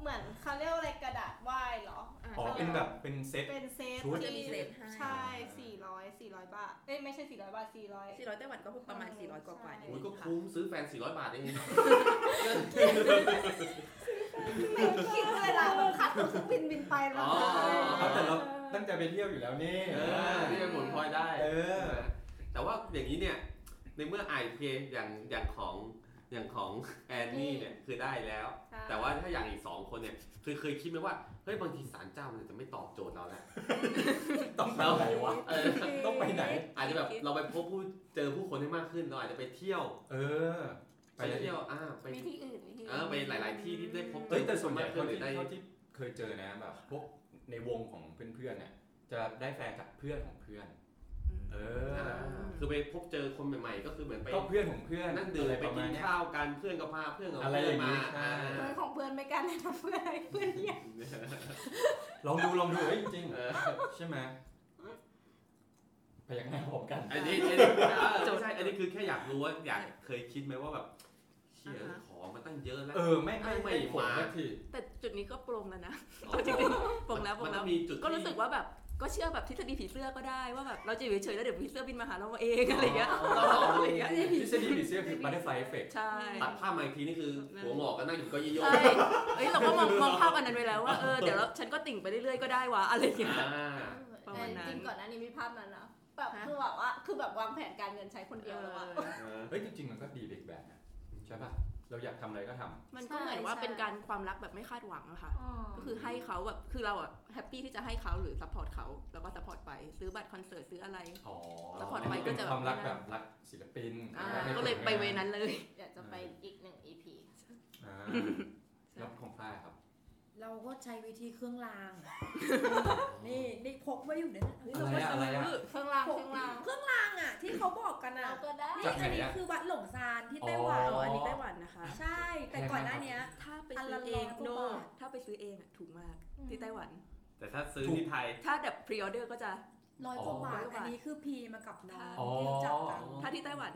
Speaker 3: เหมือนเขาเรียกว่าอะไรกระดาษไหว้เหรอ
Speaker 2: อ๋อ เป็นแบบเป็นเซ็ต
Speaker 3: เป็นเซต
Speaker 2: ชุด
Speaker 3: ที่
Speaker 6: จะมีเซตให้
Speaker 3: ใช่ 400 400 บาท เอ้ย ไม่ใช่ 400 บาท 400
Speaker 6: สี่ร้อยไต้หวันก็ประมาณสี่ร้อยกว่าๆเนี่ย
Speaker 1: โอ้ยก็คุ้มซื้อแฟน 400 บาทเอง
Speaker 3: คิดเวลาแบบค่าตั๋วเครื่องบินบินไปแล้ว
Speaker 1: อ๋อ
Speaker 2: เอาแต่เราตั้งใจไปเที่ยวอยู่แล้วนี่
Speaker 1: เออที่จะหมุนพลอยได้
Speaker 2: เออ
Speaker 1: แต่ว่าอย่างนี้เนี่ย ในเมื่อไอเพอย่างอย่างของอย่างของแอนนี่เนี่ยคือได้แล้ว
Speaker 3: ใช่
Speaker 1: แต่ว่าถ้าอย่างอีกสองคนเนี่ยคือเคยคิดไหมว่าเฮ้ยบางทีสารเจ้ามันอาจจะไม่ตอบโจทย์เราแล้ว
Speaker 2: ต้องไปไหนวะ
Speaker 1: เออ
Speaker 2: ต้องไปไหน
Speaker 1: อาจจะแบบเราไปพบผู้เจอผู้คนให้มากขึ้นเราอาจจะไปเที่ยว
Speaker 2: เออ ไป
Speaker 1: ไป
Speaker 2: แล้ว
Speaker 1: เที่ยวอ่าไป
Speaker 3: วิธีอื่นวิธี
Speaker 1: เออไปหลาย ๆ ที่ที่ได้พบ
Speaker 2: เอ้ยแต่ส่วนใหญ่
Speaker 1: มาก
Speaker 2: เท่า
Speaker 1: ขึ้นหรือ
Speaker 2: ที่
Speaker 1: ได้
Speaker 2: เท่าที่เคยเจอนะแบบพวกในวงของเพื่อนๆเนี่ยจะได้แฟนจากเพื่อนของเพื่อน
Speaker 4: ๆอืม
Speaker 2: เออ
Speaker 1: อ่าคือไปพบเจอคนใหม่ ๆ ก็คือเหมือนไป
Speaker 2: ก็เพื่อนของเพื่อน
Speaker 1: นั่งดื่ม
Speaker 2: อะไร
Speaker 1: ไป
Speaker 2: ประ
Speaker 1: กิ
Speaker 2: มาณ
Speaker 1: น
Speaker 2: เนี้ย
Speaker 1: ข้าวกันเพื่อนก็พาเพื่อนกับ
Speaker 2: อะไร
Speaker 1: เพื่
Speaker 2: อ
Speaker 1: อน
Speaker 2: ย่างงี้
Speaker 1: มา
Speaker 2: ใช่
Speaker 1: อ่า
Speaker 3: เพื่อนของเพื่อนไม่กันเลยนะเพื่อนอะไรเพื่อนเนี่ย
Speaker 2: ลองดูลองดูเอ้ยจริง
Speaker 1: เออ
Speaker 2: ๆใช่ไหมพยักหน้าพร้อมกัน
Speaker 1: อันนี้อันนี้เออไม่ใช่อันนี้คือแค่อยากรู้ว่าอยากเคยคิดไหมว่าแบบเชี่ย
Speaker 6: อ่าฮะ
Speaker 1: ขอมาตั้งเยอะแล้ว
Speaker 2: เออ ไม่ไม่
Speaker 1: ไม่
Speaker 2: ไม่ผล
Speaker 1: มา
Speaker 2: สักที
Speaker 4: แต่จุดนี้ก็ปรงแล้วนะ เอาจริง ปรงแล้วปร
Speaker 1: มั
Speaker 4: ง
Speaker 1: น
Speaker 4: แล้
Speaker 1: ต้อ
Speaker 4: ว
Speaker 1: งมีจุด
Speaker 4: ก็รู้สึกว่าแบบก็เชื่อแบบทฤษฎีผีเสื้อก็ได้ว่าแบบเราจะอยู่เฉยๆแล้วเดี๋ยวผีเสื้อบินมาหาเราเองอะไรอย่างเงี้ยเราอะไรอย่างเงี้ย
Speaker 2: ทฤษฎีผีเสื้อคือ butterfly effect
Speaker 4: ใช่
Speaker 1: ตัดภาพมาอีกทีนี่คือหัวหงอกก็นั่งอยู่เก็ยี่ย
Speaker 4: ใช่เอ้ยเราก็มองมองภาพอันนั้นไว้แล้วว่าเออเดี๋ยวเราฉันก็ติ่งไปเรื่อยๆก็ได้วะอะไรอย่างเงี้ย
Speaker 1: อ่า
Speaker 4: ประมาณนั้น
Speaker 3: จริงก่อนหน้านี้มีภาพนั้นนะแบบคือแบบว่าคือแบบวางแผนการเงินใช้คนเดียวแล้วอะ
Speaker 2: เฮ้ยจริงๆมันก็ดีเด็กแบบนะใช่ป่ะ เราอยากทำอะไรก็ทำ
Speaker 4: มันก็เหมือนว่า
Speaker 3: ใช่
Speaker 4: เป็นการความรักแบบไม่คาดหวังอะค่ะ ก็คือให้เขาแบบคือเราอะแฮปปี้ที่จะให้เขาหรือซัพพอร์ตเขาแล้วก็ซัพพอร์ตไปซื้อบัตรคอนเสิร์ตซื้ออะไร
Speaker 2: อ๋อ
Speaker 4: ซัพพอร์ตไปก็จะ
Speaker 2: เป็นความรักแบบรักศิลปิน
Speaker 4: อ่า
Speaker 2: รัใน
Speaker 4: ก็เลยไปเวนั้นเลย
Speaker 3: อยากจะไปอีกหนึ่ง EP
Speaker 2: อ่าแล้วของฝ้ายครับ
Speaker 5: เราก็ใช้วิธีเครื่องราง นี่นี่พกไว้อยู่เนี่ยนะเฮ้ยเรา
Speaker 2: อะไรอะอะ
Speaker 5: ก็
Speaker 2: ไรอะ
Speaker 3: เครื่องรางเครื่องราง
Speaker 5: เครื่องรางอ่ะที่เขาบอกกันอ่ะ
Speaker 3: เราก็ได้
Speaker 5: นี่
Speaker 2: จากไหน
Speaker 5: อันนี้
Speaker 2: อะ
Speaker 5: คือวัดหลงซานที่ไต้หวัน
Speaker 2: อ๋ออั
Speaker 6: อันนี้ไต้หวันนะคะ
Speaker 5: ใช่ แต่ก่อนหน้าเนี้ย
Speaker 4: ถ้าไป
Speaker 5: อัน
Speaker 4: ซื้
Speaker 5: ละ
Speaker 4: อเอง
Speaker 5: ร้อยกว่า
Speaker 4: โน
Speaker 5: บาท
Speaker 4: ถ้าไปซื้อเองอะถูกมากที่ไต้หวัน
Speaker 1: แต่ถ้าซื้อที่ไทย
Speaker 4: ถ้าแบบพรีออเดอร์ก็จะ
Speaker 5: ร้อยกว่าบาท
Speaker 4: อ๋อ
Speaker 5: อันนี้คือพีมากับน้อง
Speaker 2: อ๋อ
Speaker 5: ที่รู้จักกัน
Speaker 4: ถ้าที่ไต้หวัน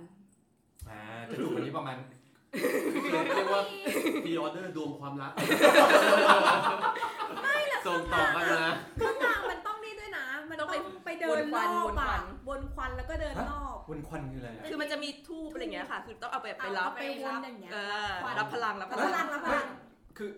Speaker 2: อ่าจะถูกวันนี้ประมาณ
Speaker 1: เรียกว่าพรีออเดอร์ดวงความรักส่งต่อกันนะ
Speaker 5: เครื่องรางมันต้องนี่ด้วยนะ มันต้องไปเดินร
Speaker 4: ว
Speaker 5: อ
Speaker 4: น
Speaker 5: บ
Speaker 4: ควั
Speaker 5: อะ
Speaker 4: น
Speaker 5: วนควันแล้วก็เดินรอบ
Speaker 2: วันควันคืออะไรอะ
Speaker 4: คือมันจะมีทูบอะไรอย่างเงี้ยค่ะ คือต้องเอาไปไป
Speaker 5: เอา
Speaker 4: รับ
Speaker 5: ไปวนอย่างเงี้ย
Speaker 4: เออ
Speaker 5: ควัน
Speaker 4: รับพลังรับพ
Speaker 5: พลั
Speaker 4: ลั
Speaker 5: ง
Speaker 4: ง
Speaker 5: ละพลัง
Speaker 2: คือ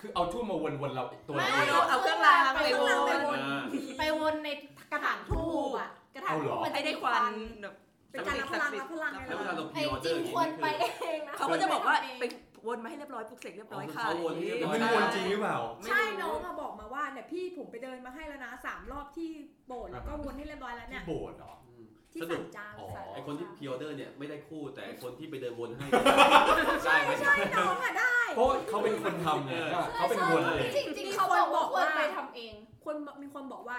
Speaker 2: คือเอาทู่มาวนๆเราตัวเรา
Speaker 4: ไม่
Speaker 2: เอง
Speaker 4: เอาเครื่องราง
Speaker 3: ไป
Speaker 4: ไป
Speaker 3: ว
Speaker 4: วน น
Speaker 3: ไปวน
Speaker 1: อ่า
Speaker 3: ไปวนในกระถางทูบอ่ะกระถาง
Speaker 2: เอาเหร
Speaker 3: ทู
Speaker 2: อ
Speaker 3: บมัน
Speaker 4: ไอ้
Speaker 3: จะ
Speaker 4: ได้
Speaker 3: ได้
Speaker 4: ค
Speaker 3: ควั
Speaker 4: วัน นแบบ
Speaker 5: เป็นการรับพลังรับพลัง
Speaker 1: แล้วเวลาเราพรี
Speaker 3: ไอ้
Speaker 1: ออเดอ
Speaker 3: จ
Speaker 1: ร์อ
Speaker 3: ริง
Speaker 1: ย่าง
Speaker 3: ควร
Speaker 1: นี้
Speaker 3: ไป
Speaker 1: คือ
Speaker 3: เองนะ
Speaker 4: เขาก็จะบอกว่า
Speaker 3: ไม่
Speaker 4: ไป
Speaker 3: ได้ทำเง
Speaker 4: วนมาให้เรียบร้อยปลุกเสกเรียบร้อย
Speaker 1: อ๋อคือ
Speaker 4: ค่ะ
Speaker 1: เขาวนให้เรียบร้
Speaker 2: มั
Speaker 1: อย
Speaker 2: นวนจริงหรือเปล่า
Speaker 4: ไม่
Speaker 5: ใช่
Speaker 4: รู้
Speaker 5: น้องอะบอกมาว่าเนี่ยพี่ผมไปเดินมาให้แล้วนะสามรอบที่โบสถ์แล้วก็วนให้เรียบร้อยแล้ว
Speaker 2: ที่
Speaker 5: เนี่ย
Speaker 2: โบสถ์เหรอ
Speaker 1: อืม
Speaker 5: ที่
Speaker 1: ส
Speaker 5: ศา
Speaker 1: รุป
Speaker 5: ลเจ้า
Speaker 2: อ๋อ
Speaker 5: ศาล
Speaker 1: ไอ
Speaker 5: เจ้า
Speaker 1: คนที่พรีออเดอร์เนี่ยไม่ได้คู่แต่ไอ้คนที่ไปเดินวนให้ได้ไหม
Speaker 5: ใช่น้องอะได้
Speaker 2: เพราะเขาเป็นคนทำไง
Speaker 1: เออ
Speaker 2: เขาเป็นคนเลย
Speaker 3: จริงจริง
Speaker 5: มี
Speaker 3: เขาบอก
Speaker 5: คนบ
Speaker 3: ว่าควร
Speaker 5: อกว่า
Speaker 3: ไปทำเอง
Speaker 5: คนบอกมีคนบอกว่า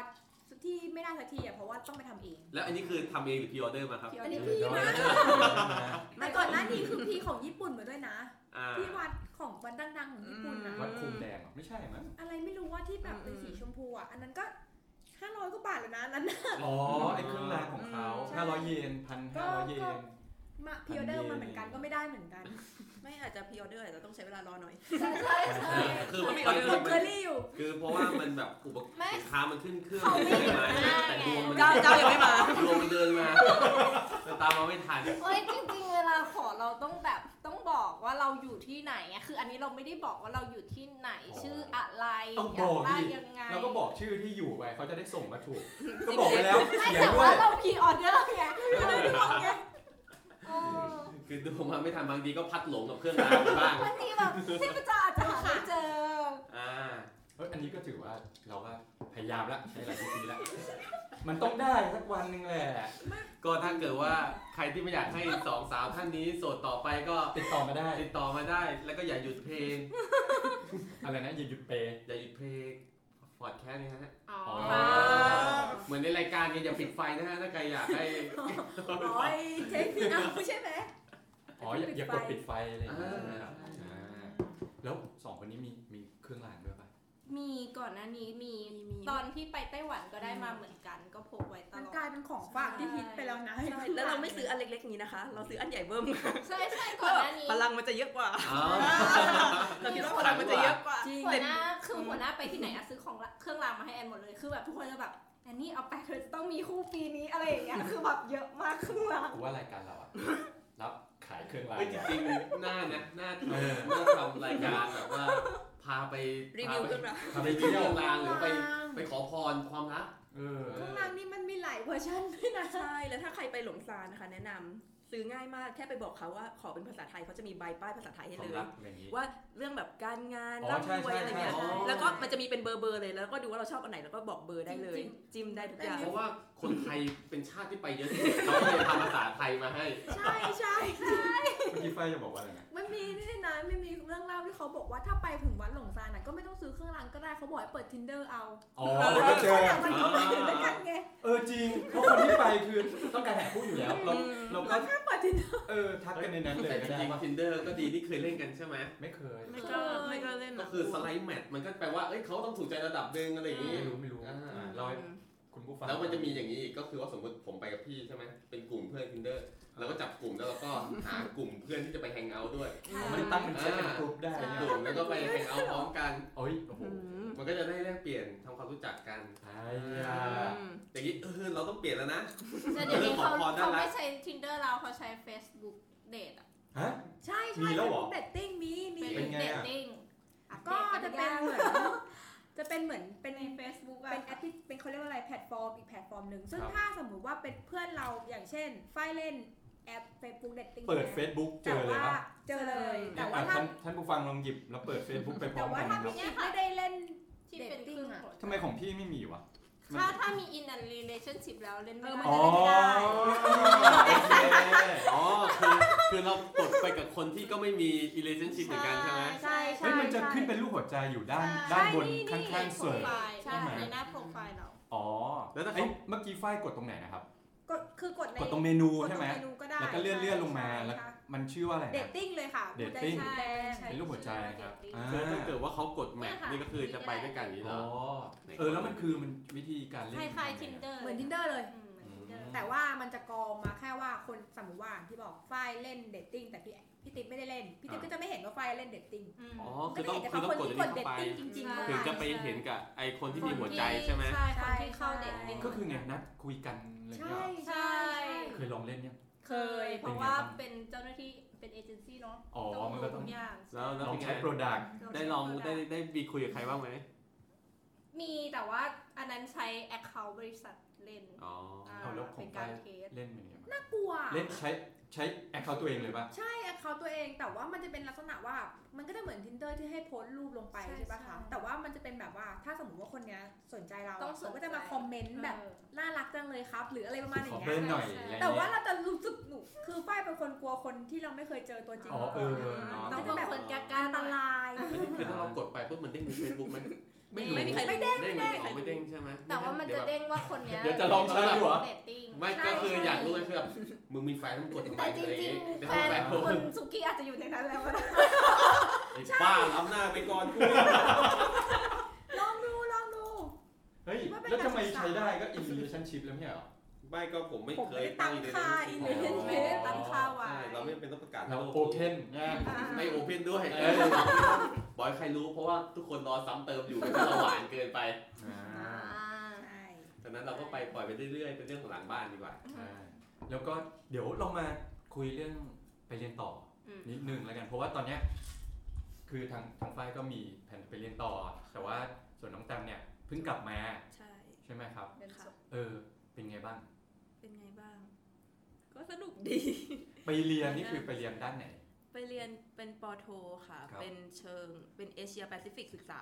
Speaker 5: ที่ไม่ได้สักทีอ่ะเพราะว่าต้องไปทำเอง
Speaker 1: แล้วอันนี้คือทำเองหรือพรีออเดอร์มาครับ
Speaker 5: พี่อันนี้
Speaker 2: เดี๋
Speaker 5: พี่
Speaker 2: ยว
Speaker 5: นะ
Speaker 2: เดี๋ยวนะ
Speaker 5: แต่ก่อนหน้านี้คือพี่ของญี่ปุ่นมาด้วยนะ
Speaker 1: อ่า
Speaker 5: พี่วัดของวัดดังๆของญี่ปุ่นนะ
Speaker 4: อื
Speaker 2: วัดคุมแดงเหรอไม่ใช่มั้ง
Speaker 5: อะไรไม่รู้ว่าที่แบบเป็นสีชมพูอ่ะอันนั้นก็ห้าร้อยกว่าบาทแล้วนะอันนั้น
Speaker 2: อ๋อไอ้เครื่องรางของเขา
Speaker 5: ใช่
Speaker 2: ห้าร้อยเยนพันห้าร้อยเยน
Speaker 5: มาพิออเดอร์มาเหมือนกันก็ไม่ได้เหมือนกัน
Speaker 6: ไม่อาจจะพรีออเดอร์อาจจะต้องใช้เวลารอหน่อย
Speaker 3: ใช่ใช่ใช่
Speaker 1: คือมัน
Speaker 5: ต
Speaker 1: มัน
Speaker 5: กเคอรี่อยู่
Speaker 1: คือเพราะว่ามันแบบอุปกรณ์
Speaker 3: ไม่
Speaker 1: สินค้ามันขึ้นเครื่อง
Speaker 3: เขาไม่
Speaker 1: ใช่ไหม
Speaker 3: ได้ไง
Speaker 1: แต่ดวงมัน
Speaker 4: เจ้าเจ้ายังไม่มา
Speaker 1: ดวงมันเดินมาแต่ตามมาไม่ทัน
Speaker 3: โอ้ยจริงๆเวลาขอเราต้องแบบต้องบอกว่าเราอยู่ที่ไหนอะคืออันนี้เราไม่ได้บอกว่าเราอยู่ที่ไหน
Speaker 2: อ๋อ
Speaker 3: ชื่ออะไร
Speaker 2: ต้อง
Speaker 3: ยา
Speaker 2: บ
Speaker 3: ก
Speaker 2: อก
Speaker 3: ได้
Speaker 2: ดิ
Speaker 3: ยังไง
Speaker 2: เราก็บอกชื่อที่อยู่ไปเขาจะได้ส่งมาถูก ก็บอกไปแล้ว
Speaker 3: ไม่
Speaker 2: เขียน
Speaker 3: แต่
Speaker 2: ด้ว
Speaker 3: ว่าย เราพีออเดอร์ไงเราไม่ได้บอกไงเออ
Speaker 1: คือดวงมาไม่ทันบางทีก็พัดหลงกับเครื่องรางไปบ้าง
Speaker 3: บางทีแบบเทพเจ้าอาจจะหาไม่เจอ
Speaker 1: อ่า
Speaker 2: เฮ้ยอันนี้ก็ถือว่าเราว่าพยายามละใช้หลายวิธีละมันต้องได้สักวันหนึ่งแหละ
Speaker 1: ก็ถ้าเกิดว่าใครที่ไม่อยากให้สองสาวท่านนี้โสดต่อไปก็
Speaker 2: ติดต่อมาได้
Speaker 1: ติดต่อมาได้ แล้วก็อย่าหยุดเพลง
Speaker 2: อะไรนะอย่าหยุดเปย์
Speaker 1: อย่าหยุดเพลงพอดแคสต์นะฮะ
Speaker 3: อ๋อ
Speaker 2: ฟัง
Speaker 1: เหมือนในรายการเนี่ยอย่าปิดไฟนะฮะ ถ้าใครอยากให้
Speaker 5: อ๋อเทคนิคเอาใช่ไหม
Speaker 2: อ๋ออย่าอย่ากดปิดไฟอะไรอย่างเงี้ย
Speaker 1: อ่า
Speaker 2: ใช่ไหมครับอ่าแล้วสองคนนี้มีมีเครื่องรางด้วยป่ะ
Speaker 3: มีก่อนหน้านี้มี
Speaker 4: มีมี
Speaker 3: ตอนที่ไปไต้หวันก็ได้มาเหมือนกัน ก็พกไว้ต
Speaker 5: มัน
Speaker 3: ลอด
Speaker 5: กลายเป็นของฝากที่ฮิตไปแล้วนะ
Speaker 6: ใช่ แล้วเราไม่ซื้ออันเล็กๆนี้นะคะ เราซื้ออันใหญ่เบิ่ม
Speaker 3: ใช่ใช่ก่อนหน้านี้
Speaker 4: พลังมันจะเยอะกว่า
Speaker 1: อ๋อ
Speaker 4: เราคิดว่าพลังมันจะเยอะกว่า
Speaker 5: จริง
Speaker 3: หัวหน้าคือ
Speaker 4: อืม
Speaker 3: หัวหน้าไปที่ไหนอะซื้อของละเครื่องรางมาให้แอนหมดเลยคือแบบทุกคนจะแบบแอนนี่เอาไปเธอจะต้องมีคู่ปีนี้อะไรอย่างเงี้ยคือแบบเยอะมากเครื่องราง
Speaker 2: กูว่ารายการเราอะรับขายเครื่องราง
Speaker 1: ไม่จริงๆหน้านะหน้าทำหน้าทำรายการแบบว่า พาไป
Speaker 6: รีวิว
Speaker 1: พา
Speaker 6: ขึ้นมา
Speaker 1: พาไปเที่ยวลางหรือไปไป
Speaker 5: ข้
Speaker 1: ขอพรความรัก
Speaker 2: เออ
Speaker 5: างล่างนี่มันมีหลายเวอร์ชันด้วยนะ
Speaker 6: ใช่ แล้วถ้าใครไปหลงซานนะคะ แนะนำซื้อง่ายมากแค่ไปบอกเขาว่าขอเป็นภาษาไทยเขาจะมีใบป้ายภาษาไทยให้
Speaker 2: ควา
Speaker 6: เล
Speaker 2: ม
Speaker 6: ย
Speaker 2: รักอะไรอย่างงี้
Speaker 6: ว่าเรื่องแบบการงาน
Speaker 2: อ๋อ
Speaker 6: ร่ำรวย
Speaker 2: ใช่
Speaker 6: อะไรเงี้ย
Speaker 2: ใช่ใช่
Speaker 6: แล้วก็มันจะมีเป็นเบอร์เบอร์ๆเลยแล้วก็ดูว่าเราชอบอันไหนแล้วก็บอกเบอร์ได้เลย จิ้มได้ทุกอย่าง
Speaker 1: เพราะว่าคนไทยเป็นชาติที่ไปเยอะที่สุดเขาเลยทำภาษาไทยมาให้
Speaker 5: ใช่ใช่ใช่
Speaker 2: เมื่อกี้ไฟจะบอกว่าอะไรนะ
Speaker 5: มันมีนี่ด้วยนะมันมีเรื่องเล่าที่เขาบอกว่าถ้าไปถึงวัดหลงซานน่ะก็ไม่ต้องซื้อเครื่องรางก็ได้เขาบอกให้เปิด tinder เอา
Speaker 2: อ๋อ
Speaker 5: เขา
Speaker 2: ก็เจอ
Speaker 5: อยากมันก็ไปถึงด้วยกันไง
Speaker 2: เออจริง เพราะคนที่ไปคือต้องการหาคู่อยู่แล้ว เราเราก็
Speaker 5: เราแค่เปิด tinder
Speaker 2: เออทักกันในนั้นเล
Speaker 1: แต่
Speaker 2: ย
Speaker 1: จ
Speaker 2: ก็ได้
Speaker 1: ริง
Speaker 2: ว่า
Speaker 1: ๆ Tinder ก็ดีที่เคยเล่นกันใช่ไหม
Speaker 2: ไม่เคย
Speaker 4: ไม่ก็ไม่ก็เล่น
Speaker 1: ก็
Speaker 4: นะ
Speaker 1: คือสไลด์แมทมันก็แปลว่าเอ้ยเขาต้องถูกใจระดับหนึ่งอะไรอย่างนี้
Speaker 2: ไม่รู้ไม่รู้
Speaker 1: อ่า
Speaker 2: อ่าเราให้คุณผู้ฟัง
Speaker 1: แล้วมันจะมีอย่างนี้อีกก็คือว่าสมมติผมไปกับพี่ใช่ไหมเป็นกลุ่มเพื่อน Tinder เราก็จับกลุ่มแล้วเราก็หากลุ่มเพื่อนที่จะไปแฮงเอาท์ด้วย
Speaker 2: เอามันตั้งเป็นเซตเป็นกรุ๊ปได้
Speaker 1: เป็น
Speaker 2: เนี่ย
Speaker 1: กลุ่มแล้วก็ไปแฮงเอาท์พร้อมกัน
Speaker 2: โอ้ยโอ้โห
Speaker 1: มันก็จะได้แลกเปลี่ยนทำความรู้จักกัน
Speaker 2: ไอ้ยา
Speaker 1: อย่างนี้เออเราต้องเปลี่ยนแล้วนะ
Speaker 3: แต่เดี๋ยวนี้เขา
Speaker 1: เรื่องของพร
Speaker 3: เขา
Speaker 1: น่ารัก
Speaker 3: ไม่ใช้ tinder เราเขาใช้ Facebook date อะ
Speaker 2: ฮะ
Speaker 5: ใช่
Speaker 2: มี
Speaker 5: ใช่
Speaker 2: แล้วเหรอ
Speaker 5: เดตติ้งมีมี
Speaker 3: เป็น
Speaker 2: เป็น
Speaker 3: dating
Speaker 2: ไงอะ
Speaker 3: อัปเด
Speaker 5: ก็
Speaker 3: ตน
Speaker 5: จะเป็น
Speaker 3: ยัง
Speaker 5: เหมือนจะเป็นเหมือนเป็น
Speaker 3: ใน Facebook อะ
Speaker 5: เป็นแอปที่เป็นเขาเรียกว่าอะไรแพลตฟอร์มอีกแพลตฟอร์มหนึ่งซึ่ง
Speaker 2: ครับ
Speaker 5: ถ้าสมมุติว่าเป็นเพื่อนเราอย่างเช่น ไฟเล่นแอป Facebook Dating
Speaker 2: เปิด Facebook เจอเลย
Speaker 5: แต่ว่า
Speaker 2: ปะ
Speaker 5: เจอเลย แต่ว่า
Speaker 2: อ่ะ
Speaker 5: ถ้า
Speaker 2: ท่านท่านผู้ฟังลองหยิบแล้วเปิด Facebook ไปพร้
Speaker 5: แต่
Speaker 2: อม
Speaker 5: ว่า
Speaker 2: กัน
Speaker 5: ถ้า
Speaker 2: นะครับ
Speaker 5: พี่อีกไม่ได้เล่น
Speaker 3: ที่เป็นเค
Speaker 5: dating
Speaker 3: รื่อง
Speaker 5: อะ
Speaker 3: กด
Speaker 2: ทำไมของพี่ไม่มีวะ
Speaker 3: ถ้าถ้ามี in a relationship แล้วเล่นไม่
Speaker 5: เออมั
Speaker 3: ได้
Speaker 5: น
Speaker 2: อ๋อโอเค
Speaker 1: อ๋อคือคือเรากดไปกับคนที่ก็ไม่มี relationship เหมือนกันใช่ไหม
Speaker 3: ใช่
Speaker 2: เฮ้ย
Speaker 3: ใช่
Speaker 2: มันจะขึ้นเป็นรูปหัวใจอยู่ด้าน
Speaker 3: ใช่
Speaker 2: ด้านบน
Speaker 3: นี่
Speaker 2: ข้างๆเสิร์ฟ
Speaker 3: ในโปรไฟล์
Speaker 2: ใช่
Speaker 3: ใช่
Speaker 2: ไหม
Speaker 3: ในหน้าโปรไฟล์เรา
Speaker 2: อ๋อ
Speaker 1: แล้วถ้าเขา
Speaker 2: เอ้ยเมื่อกี้ฝ้ายกดตรงไหนนะครับ
Speaker 5: กดคือกดใน
Speaker 2: กดตรงเมนู
Speaker 5: กด
Speaker 2: ใช่ไหม
Speaker 5: เนูก็ได้
Speaker 2: แล้วก็เลื่อนเลื่อนลงมา
Speaker 5: ใช่
Speaker 2: แล้ว
Speaker 5: ค่ะ
Speaker 2: มันชื่อว่าอะไร
Speaker 5: เด
Speaker 2: นะ
Speaker 5: ตติ้งเลยค่ะ
Speaker 2: เดตติ้ง
Speaker 5: ใช่
Speaker 3: ใช่
Speaker 2: เป็นรูปหัวใจนะครับอ่า
Speaker 1: คือถ้าเกิดว่าเขากดแมทนี่ก็คือจะไปด้วยกันอย่างนี้เหร
Speaker 2: อ๋
Speaker 1: อ
Speaker 2: อเออแล้วมันคือมันวิธีการเล่น
Speaker 3: คล้ายๆ
Speaker 2: ยังไงอะ
Speaker 3: tinder
Speaker 5: เหมือน Tinder เลย
Speaker 3: อืมเหมือน Tinder
Speaker 5: แต่ว่ามันจะกรองมาแค่ว่าคนสมมติว่าที่บอกไฟเล่นเดตติ้งแต่พี่พี่ติ๊บไม่ได้เล่นพี่ติ๊บก็จะไม่เห็นว่าไฟเล่นเดตติ้ง
Speaker 3: อืม
Speaker 1: อ๋อ
Speaker 5: ก็
Speaker 1: คือต้อง
Speaker 5: จะ
Speaker 1: คือต้องกด
Speaker 5: เห็น
Speaker 1: อัน
Speaker 5: แต่
Speaker 1: นี้เข้าไป
Speaker 5: คนที่กดเดตติ้งจริงๆ
Speaker 3: ใช่
Speaker 5: เข้า
Speaker 1: ถึงจะ
Speaker 5: ไป
Speaker 1: ไปเห็นกับไอคนที่มีหัวใจใช่ไหม
Speaker 3: ใช่คนที่เข้าเด็ก
Speaker 2: ก็คือเนี่ยนัดคุยกันอะไรอย่าง
Speaker 5: ใช่
Speaker 2: เงี้ยเหรอ
Speaker 3: ใช่
Speaker 5: ใช่
Speaker 2: เคยลองเล่นยัง
Speaker 3: เคย เพราะว่าเป็นเจ้าหน้าที่เป็นเอเจนซี่เนาะ
Speaker 2: อ๋อ มันก็ต้อง
Speaker 3: ทุอย่าง
Speaker 1: แล้วแล้ว
Speaker 2: ลอง
Speaker 1: เป็นไง
Speaker 2: ใช้โปรดักต์
Speaker 1: ได้ลองได้ได้มีคุยกับใครบ้างไหม
Speaker 3: มีแต่ว่าอันนั้นใช้ Account บริษัทเล่น
Speaker 1: อ๋อ
Speaker 3: า
Speaker 2: เอาแล้วของ
Speaker 3: เป็น
Speaker 2: ไป
Speaker 3: การเคส
Speaker 2: เล่นเป็นยังไงบ้าง
Speaker 5: น่ากลัว
Speaker 2: เล่นใช้ใช้แอคเคาตัวเองเลยป่ะ
Speaker 5: ใช่แอคเคาตัวเองแต่ว่ามันจะเป็นลักษณะว่ามันก็จะเหมือน tinder ที่ให้โพสต์รูปลงไป
Speaker 6: ใช่
Speaker 5: ใช่ปะ
Speaker 6: ใช่
Speaker 5: คะแต่ว่ามันจะเป็นแบบว่าถ้าสมมติว่าคนเนี้ยสนใจเรา
Speaker 3: ต้องสนใจ
Speaker 5: เขาก็จะมาคอมเมนต์แบบ
Speaker 3: เออ
Speaker 5: น่ารักจังเลยครับ หรืออะไรประมาณอ
Speaker 2: ขอย่าง เพิ่ม
Speaker 5: เงี้ย
Speaker 2: หน่อยอะไรอย่าง
Speaker 5: แต่ว่า
Speaker 2: เงี้ย
Speaker 5: เราจะรู้สึกหนูคือฝ้ายเป็นคนกลัวคนที่เราไม่เคยเจอตัวจริง
Speaker 2: อ๋อ
Speaker 5: มาก่
Speaker 2: เอ
Speaker 5: อน
Speaker 2: อเนาะ
Speaker 5: เรา
Speaker 3: ต้
Speaker 5: ก็
Speaker 3: อง
Speaker 5: จะ
Speaker 3: เป็
Speaker 5: แบ
Speaker 3: น
Speaker 5: บ
Speaker 3: คนกล้า
Speaker 5: อันตราย
Speaker 1: คือถ้าเรากดไปปุ๊บมันเด้งในเฟซบุ๊กมัน ไม่รู้
Speaker 7: ไม่มีใคร
Speaker 1: ไม่เด้งไม่เด้ง
Speaker 7: ไม่เด้ง
Speaker 1: ไม่เด้งใช่ไหม
Speaker 3: แต่ว่ามันจะ
Speaker 1: เด้ง
Speaker 3: เด้งว่าคนเนี้ย
Speaker 2: เดี๋ยวจะลองใช้ดูเหรอ
Speaker 3: เรตติ้ง
Speaker 1: ไม่ก็คืออยากรู้เลยคือแบบมึงมีแฟนต้องกดทำไม
Speaker 3: แต่จ
Speaker 1: อะไรอย่าง
Speaker 3: ริง
Speaker 1: งี้
Speaker 3: ๆแฟ
Speaker 1: แฟ
Speaker 3: น
Speaker 1: น
Speaker 3: คนซุกี้อาจจะอยู่ในนั้นแล้วก็ได้
Speaker 1: ไอ้บ้าล้ำหน้าไปก่อนกู
Speaker 5: ลองดูลองดู
Speaker 2: เฮ้ย แล้วทำไมใช้ได้ก็อินเ a t i o n s h i p แล้วไม่ใช่เหรอ
Speaker 1: ไม่ก็ผมไม่
Speaker 5: ผม
Speaker 1: เค
Speaker 5: ไม่
Speaker 1: ย
Speaker 5: ได้ตั้งค่าอิน
Speaker 2: ไม่
Speaker 5: เวน
Speaker 2: เคย
Speaker 5: ต์
Speaker 2: ตั้ง
Speaker 5: ไม่
Speaker 2: ค่า
Speaker 5: ได้ตั้งค่าไว้
Speaker 1: ใช่เราไม่เป็นต้องประกาศ
Speaker 2: เรา
Speaker 1: โลก
Speaker 2: โอเพนนะ
Speaker 1: ไม่โอเพนด้วย
Speaker 2: เออ
Speaker 1: บอกให้ใครรู้เพราะว่าทุกคนรอซ้ำเติมอยู่เป็นเราหวานเกินไป
Speaker 2: อ่า
Speaker 5: ใช่
Speaker 1: ดังนั้นเราก็ไปปล่อยไปเรื่อยๆ เป็นเรื่องของหลังบ้านดีกว่า
Speaker 2: ใช่แล้วก็เดี๋ยวลองมาคุยเรื่องไปเรียนต่ออ
Speaker 7: ม
Speaker 2: นิดนึงแล้วกัน เพราะว่าตอนเนี้ยคือทางทางฝ้ายก็มีแผนไปเรียนต่อ แต่ว่าส่วนน้องแตมเนี่ยเพิ่งกลับมา
Speaker 4: ใช่
Speaker 2: ใช่ไหมครับ
Speaker 3: เป็นสุ
Speaker 2: เออ เป็นไงบ้าง
Speaker 4: เป็นไงบ้าง ก็สนุก ดี
Speaker 2: ไปเรียนนี่คือไปเรียนด้านไหน
Speaker 4: ไปเรียนเป็นปอโทค่ะ
Speaker 2: ครับ
Speaker 4: เป็นเชิง เป็นเอเชียแปซิฟิกศึกษา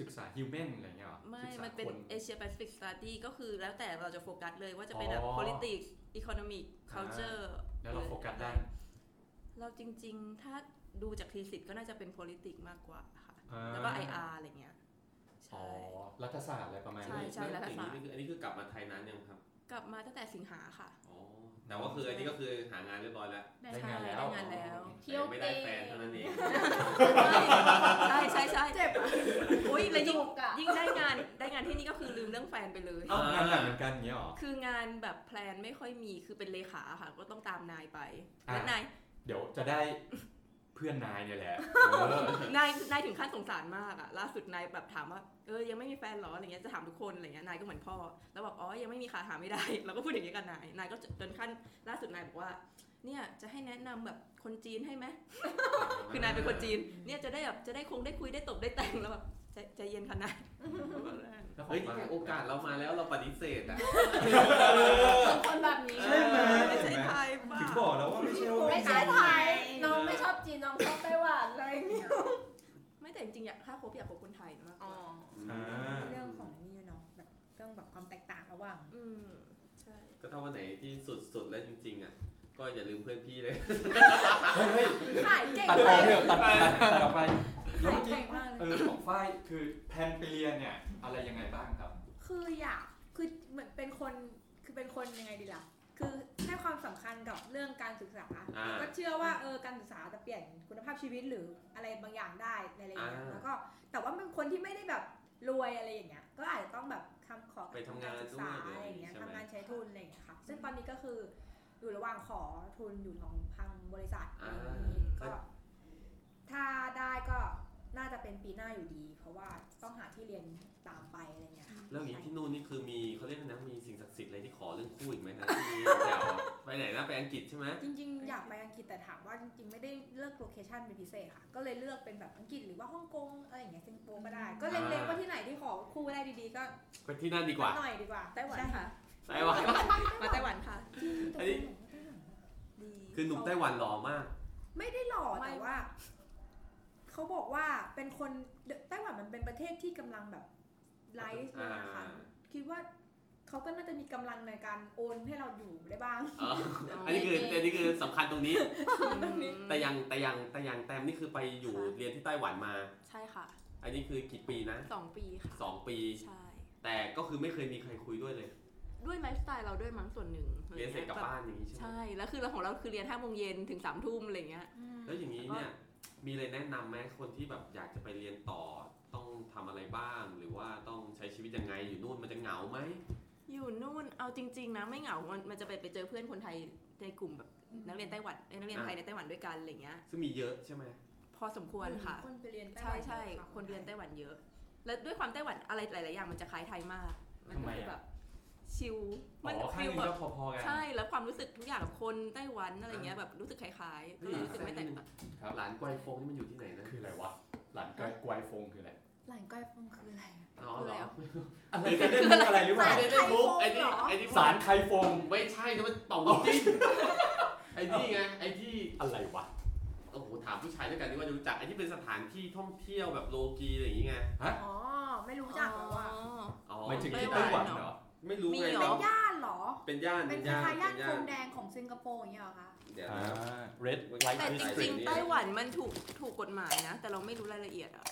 Speaker 2: ศึกษาฮิวแมนอะไรเงี้ยหรอ
Speaker 4: ไม่
Speaker 2: ศึกษา
Speaker 4: มันเป็น
Speaker 2: ค
Speaker 4: เอเชียแปซิฟิกสต d ดี้ก็คือแล้วแต่เราจะโฟกัสเลยว่าจะเป็น
Speaker 2: อ๋อ
Speaker 4: แบบ politics economic culture
Speaker 2: แล้วเรา
Speaker 4: หอ
Speaker 2: โฟกัสด้าน
Speaker 4: เราจริงๆ ถ้าดูจากทีสิทธ์ก็น่าจะเป็น politics มากกว่าค่ะ
Speaker 2: อ่า
Speaker 4: แล้วก็ IR อะไรเงี้ย
Speaker 2: อ๋อ
Speaker 4: ใช่
Speaker 2: รัฐศาสตร์อะไรประมาณ
Speaker 4: ใช่
Speaker 2: นี้
Speaker 4: ใช่แล้ว
Speaker 1: อั
Speaker 4: ค่ะ
Speaker 1: นนี้คืออันนี้คือกลับมาไทยนานยังครับ
Speaker 4: กลับมาตั้งแต่สิงหาค่ะ
Speaker 1: อ๋อ แต่ว่าคืออันนี้ก็คือหางานเรียบร้อยแล้ว
Speaker 3: ได้
Speaker 2: งานแล้ว
Speaker 4: ได้งานแล้ว
Speaker 3: เที่ยว
Speaker 1: แต่ไม่ได้
Speaker 3: เก่ง
Speaker 1: แฟนเท่านั้นเอง
Speaker 4: ใช่ใช่ใช่เจ็บโอ้ยแล้วยิ่ง
Speaker 3: จุกอะ
Speaker 4: ยิ่งได้งานได้งานที่นี่ก็คือลืมเรื่องแฟนไปเลย
Speaker 2: เอ้างานหนักเหมือนกันอย่างเงี้ยหรอ
Speaker 4: คืองานแบบแพลนไม่ค่อยมีคือเป็นเลขาค่ะ ก็ต้องตามนายไป
Speaker 2: อ่า
Speaker 4: แล้วนาย
Speaker 2: เดี๋ยวจะได้เพื่อนนายเนี่ยแหละ เออน
Speaker 4: ายนายถึงขั้นสงสารมากอะล่าสุดนายแบบถามว่าเออยังไม่มีแฟนเหรออะไรเงี้ยจะถามทุกคนอะไรเงี้ยนายก็เหมือนพ่อแล้วบอกอ๋อยังไม่มีค่ะหาไม่ได้ เราก็พูดอย่างนี้ยกับนายนายก็จนขั้นล่าสุดนายบอกว่า เนี่ยจะให้แนะนำแบบคนจีนให้ไหมคือนายเป็นคนจีนเนี่ยจะได้แบบจะได้คงได้คุยได้ตบได้แต่งแล้วแบบใจใจเย็นค่ะนาย
Speaker 2: แล้วขอ
Speaker 1: เฮ้ย
Speaker 2: ง
Speaker 1: นี่
Speaker 2: บ้าน
Speaker 1: ไงโอกาสเรามาแล้วเราปฏิเสธอ่ะ
Speaker 3: เป็นคนแบบนี้
Speaker 1: ใช่ไหม
Speaker 4: ไม่ใช่ไทยป่ะ
Speaker 2: ถึงบอกแล้วว่าไม่ใช่ว่า
Speaker 3: ไม่ใช่ไทยน้องไม่ชอบจีนน้องชอบไต้หวันอะไรอย่างเงี้ย
Speaker 4: ไม่แต่จริงๆอยากถ้าคบอยากคบคนไทยมากก
Speaker 3: อ๋อ
Speaker 4: ว่า
Speaker 2: อ่า
Speaker 5: เรื่องของนี่เนาะแบบเรื่องแบบความแตกต่างระหว่าง
Speaker 4: อืมใช่
Speaker 1: ก็ถ้าวันไหนที่สุดๆแล้วจริงๆอ่ะ ก็อย่าลืมเพื่อนพี่เลย
Speaker 2: เฮ้ยเฮ้ย
Speaker 3: ขายเก่ง
Speaker 2: ตัดอ
Speaker 3: มา
Speaker 2: อก
Speaker 3: ก
Speaker 2: เถอะตัดตัดตัดออกไปแล้ว
Speaker 3: ขา
Speaker 2: เมื่อกี้
Speaker 3: ยเก่งมากเลย
Speaker 2: เออของฝ้ายคือแพลนไปเรียนเนี่ยอะไรยังไงบ้างครับ
Speaker 5: คืออยากคือเหมือนเป็นคนคือเป็นคนยังไงดีล่ะ คือให้ความสำคัญกับเรื่องการศึกษา
Speaker 1: อ่า
Speaker 5: ก็เชื่อว่าเออการศึกษาจะเปลี่ยนคุณภาพชีวิตหรืออะไรบางอย่างได้อะไรอย่างเงี้ย
Speaker 1: อ่า
Speaker 5: แล้วก็แต่ว่าเป็นคนที่ไม่ได้แบบรวยอะไรอย่างเงี้ยก็อาจจะต้องแบบทำขอ
Speaker 1: ไปทำงาน
Speaker 5: ศึกษา
Speaker 1: ด้วย
Speaker 5: อะไรอย่างเงี้ย
Speaker 1: ใช่ไหม
Speaker 5: ทำงานใช้ทุนอะไรอย่างเงี้ยค่ะซึ่งตอนนี้ก็คืออยู่ระหว่างขอทุนอยู่ของทางบริษัท
Speaker 1: อ่า
Speaker 5: ก็ ถ้าได้ก็น่าจะเป็นปีหน้าอยู่ดี เพราะว่าต้องหาที่เรียนตามไปอะไรเงี้ยค่ะ
Speaker 1: แล้วอย่างนี้ที่นู่นนี่คือมีเขาเรียกนะมีสิ่งศักดิ์สิทธิ์อะไรที่ขอเรื่องคู่อีกไหมนะที่แถวไปไหนนะไปอังกฤษใช่ไหม
Speaker 5: จริงๆ อยากไปอังกฤษแต่ถามว่าจริงๆ ไม่ได้เลือกโลเคชันเป็นพิเศษค่ะ ก็เลยเลือกเป็นแบบอังกฤษหรือว่าฮ่องกงอะไรอย่างเงี้ยสิงคโปร์ก็ได้ ก็เล็ง
Speaker 1: อ่า
Speaker 5: ๆว่าที่ไหนที่ขอคู่ได้ดีๆ ก็
Speaker 1: ไปที่นั่นดีกว่า
Speaker 5: หน่อยดีกว่า
Speaker 4: ไต้หวัน
Speaker 5: ใช่
Speaker 4: ค่ะ
Speaker 1: ไต้หวัน
Speaker 4: มาไต้หวันค่ะ
Speaker 5: จริงๆแต่
Speaker 1: อันนี้
Speaker 5: ไต้หวันก็
Speaker 4: ดี
Speaker 1: คือหนุ่มไต้หวันหล่อมาก
Speaker 5: ไม่ได้หล่อ
Speaker 4: ไม่
Speaker 5: แต่ว่า เขาบอกว่าเป็นคนไต้หวันมันเป็นประเทศที่กำลังแบบไลฟ์มากค่ะ
Speaker 1: อ่า
Speaker 5: คิดว่าเขาก็น่าจะมีกำลังในการโอนให้เราอยู่ได้บ้าง
Speaker 1: เอออันนี้คืออันนี้คือสำคัญตรงนี้
Speaker 4: อืม
Speaker 1: แต่ยังแต่ยังแต่ยังแต้มนี่คือไปอยู่เรียนที่ไต้หวันมา
Speaker 4: ใช่ค่ะ
Speaker 1: อันนี้คือกี่ปีนะ
Speaker 4: สองปีค่ะ
Speaker 1: สองปี
Speaker 4: ใช่
Speaker 1: แต่ก็คือไม่เคยมีใครคุยด้วยเลย
Speaker 4: ด้วยไลฟ์สไตล์เราด้วยมั้งส่วนหนึ่งอะไ
Speaker 1: เรียนเสร็จกลับบ้านอย่างนี้ใช่ไหม
Speaker 4: ใช่ แล้วคือเราของเราคือเรียนห้าโมงเย็นถึงสามทุ่มอะไรเงี้ย
Speaker 1: แล้วอย่างนี้เนี่ยมีอะไรแนะนำไหมคนที่แบบอยากจะไปเรียนต่อต้องทำอะไรบ้าง หรือว่าต้องใช้ชีวิตยังไงอยู่นู่นมันจะเหงาไหม
Speaker 4: อยู่นู่น เอาจริง ๆ นะ ไม่เหงา มันมันจะไปไปเจอเพื่อนคนไทยในกลุ่มแบบนักเรียนไต้หวันเอ้ยนักเรียนไทยในไต้หวันด้วยกันอะไรเงี้ย
Speaker 1: ซึ่งมีเยอะใช่ไหม
Speaker 4: พอสมควรค่ะ
Speaker 5: คนไปเรียน
Speaker 4: ใช่
Speaker 5: ไต้หวัน
Speaker 4: ใช่
Speaker 5: เยอะ
Speaker 4: คนเรียนไต้หวันเยอะ แล้วด้วยความไต้หวันอะไรหลาย ๆ อย่างมันจะคล้ายไทยมาก มันก็
Speaker 2: ทำไม
Speaker 4: คือ
Speaker 2: อะ
Speaker 4: แบบชิล
Speaker 2: อ๋
Speaker 4: มัน
Speaker 2: อค่า
Speaker 4: ฟิล
Speaker 2: เงิ
Speaker 4: แบ
Speaker 2: น
Speaker 4: บ
Speaker 2: ก็พอๆกัน
Speaker 4: ใช่ แล้วความรู้สึกทุกอย่างกับคนไต้หวันอะไรเงี้ยแบบรู้สึกคล้ายๆ
Speaker 1: เฮ้ย
Speaker 4: ก็เลยรู้สึกไม่แตกต่าง
Speaker 2: ครับ
Speaker 1: หลานกวายฟงนี่มันอยู่ที่ไหนนะ
Speaker 2: คืออะไรวะ หลานกวยกวยฟงคืออะไร
Speaker 5: หลานก้อยฟงคืออะไรอะ
Speaker 1: อ๋อเหรอ
Speaker 2: อะไรจะได้รู้อะไรหรือเปล่า
Speaker 1: ไอ้นี่มุกไอ้นี่
Speaker 5: เหรอ
Speaker 1: ไอ้นี่
Speaker 2: สารไคฟง
Speaker 1: ไม่ใช่นะมันต่องน้ำจิ้มไอ้นี่ไงไอ้ที่
Speaker 2: อะไรวะ
Speaker 1: โอ้โหถามผู้ชายด้วยกันนี่ว่าจะรู้จักไอ้ที่เป็นสถานที่ท่องเที่ยวแบบโลกีอะไรอย่างงี้ไง
Speaker 5: อ๋อ ไม่รู้จักเหรอวะ
Speaker 4: อ๋อ
Speaker 1: อ๋อ
Speaker 2: ไม่ถึง
Speaker 1: ไม่
Speaker 2: ที่
Speaker 1: ไ
Speaker 2: ไต้หวันเหรอ
Speaker 1: ไม่รู้ไง
Speaker 4: มีเหร
Speaker 1: แต่
Speaker 4: อ
Speaker 5: ย่านเหรอ
Speaker 1: เป็นย่าน
Speaker 5: เป็
Speaker 1: เป็น น
Speaker 5: ค
Speaker 1: ย่าน
Speaker 5: ล้ายๆย่า
Speaker 1: เป็น
Speaker 5: นพร
Speaker 1: ย่าน
Speaker 5: มแดงของสิงคโปร์อย่างเงี้ยเหรอคะ
Speaker 1: เดี๋ยว
Speaker 2: อ่า
Speaker 1: นะ
Speaker 2: red light
Speaker 4: แต่จ
Speaker 1: district
Speaker 4: ริง
Speaker 1: นี่
Speaker 4: ๆ ไต้หวันมันถูกถูกกฎหมายนะ แต่เราไม่รู้รายละเอียดอะ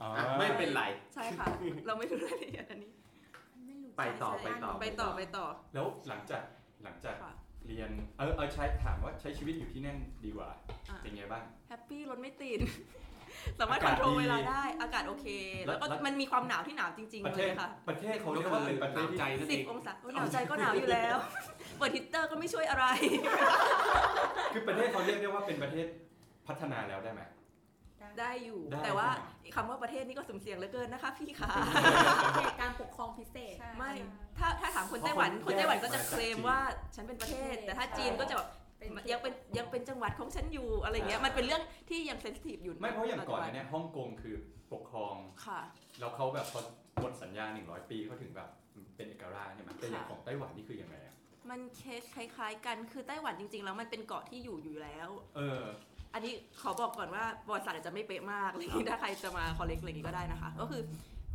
Speaker 2: อ๋อ
Speaker 1: อ่ะไม่เป็นไร
Speaker 4: ใช่ค่ะ เราไม่รู้รายละเอียดอันนี้
Speaker 5: ไม่รู้
Speaker 1: ไปต่อไปต่อ
Speaker 4: ไปต่อไปต่อ
Speaker 2: แล้วหลังจากหลังจาก
Speaker 4: ค่ะ
Speaker 2: เรียนเออเออใช้ถามว่าใช้ชีวิตอยู่ที่นั่นดีกว่า
Speaker 4: อ่ะ
Speaker 2: เป็นไงบ้าง
Speaker 4: แฮปปี้รถไม่ติด สามารถคอ
Speaker 2: อาาศ
Speaker 4: กนโทรล
Speaker 2: ดี
Speaker 4: เวลาได้ อากาศโอเค
Speaker 2: แล้
Speaker 4: แล้ววก็
Speaker 2: แล้ว
Speaker 4: มันมีความหนาวที่หนาวจริง
Speaker 2: ป
Speaker 4: ๆ
Speaker 2: ระ
Speaker 4: เล
Speaker 2: เท
Speaker 4: ย
Speaker 2: ศ
Speaker 4: ค่ะ
Speaker 2: ประเทศเขาเรียกว่าเป็นประเทศที่
Speaker 1: ใจนั่น
Speaker 4: สิ
Speaker 1: เอบ ง
Speaker 4: องศาโอ้ยหนาวใจก็หนาวอยู่แล้ว เปิดฮิตเตอร์ก็ไม่ช่วยอะไร
Speaker 2: คือประเทศเขาเรียกได้ว่าเป็นประเทศพัฒนาแล้วได้ไหม
Speaker 4: ได้อยู่
Speaker 2: ได้
Speaker 4: แต่ว่าคำว่าประเทศนี่ก็สุ่มเสี่ยงเหลือเกินนะคะพี่ค่ะ
Speaker 5: การปกครองพิเศษ
Speaker 4: ไม่ ถ้าถ้าถามคนไต้หวัน
Speaker 2: เพราะ
Speaker 4: ค
Speaker 2: คน
Speaker 4: นไต้หวันก็จะ
Speaker 2: แยก
Speaker 4: เคลม
Speaker 2: มาจากจีน
Speaker 4: ว่าฉันเป็นประเทศ แต่ถ้าจีนก็จะแบบยังเป็นยังเป็นจังหวัดของฉันอยู่อะไรเงี้ย มันเป็นเรื่องที่ยังเซนซิทีฟอยู่
Speaker 2: ไม่เพราะอย่างก่อน
Speaker 4: ปัจ
Speaker 2: อัน
Speaker 4: จุบั
Speaker 2: เนี่ยฮ่องกงคือปกครอง
Speaker 4: ค่ะ
Speaker 2: แล้วเขาแบบพอหมดสัญญา 100 ปีเขาถึงแบบเป็นเอกราชใช่ไหมแต่อย่าง
Speaker 4: ค่ะ
Speaker 2: ของไต้หวันนี่คือยังไงอะ
Speaker 4: มันเคสคล้ายๆกัน คือไต้หวันจริงๆ แล้วมันเป็นเกาะที่อยู่อยู่แล้ว
Speaker 2: เออ
Speaker 4: อันนี้ขอบอกก่อนว่าประวัติศาสตร์อาจจะไม่เป๊ะมากอะไรอย่าง นี้ถ้าใครจะมาคอลเลกอะไรอย่างนี้ก็ได้นะคะ ก็คือ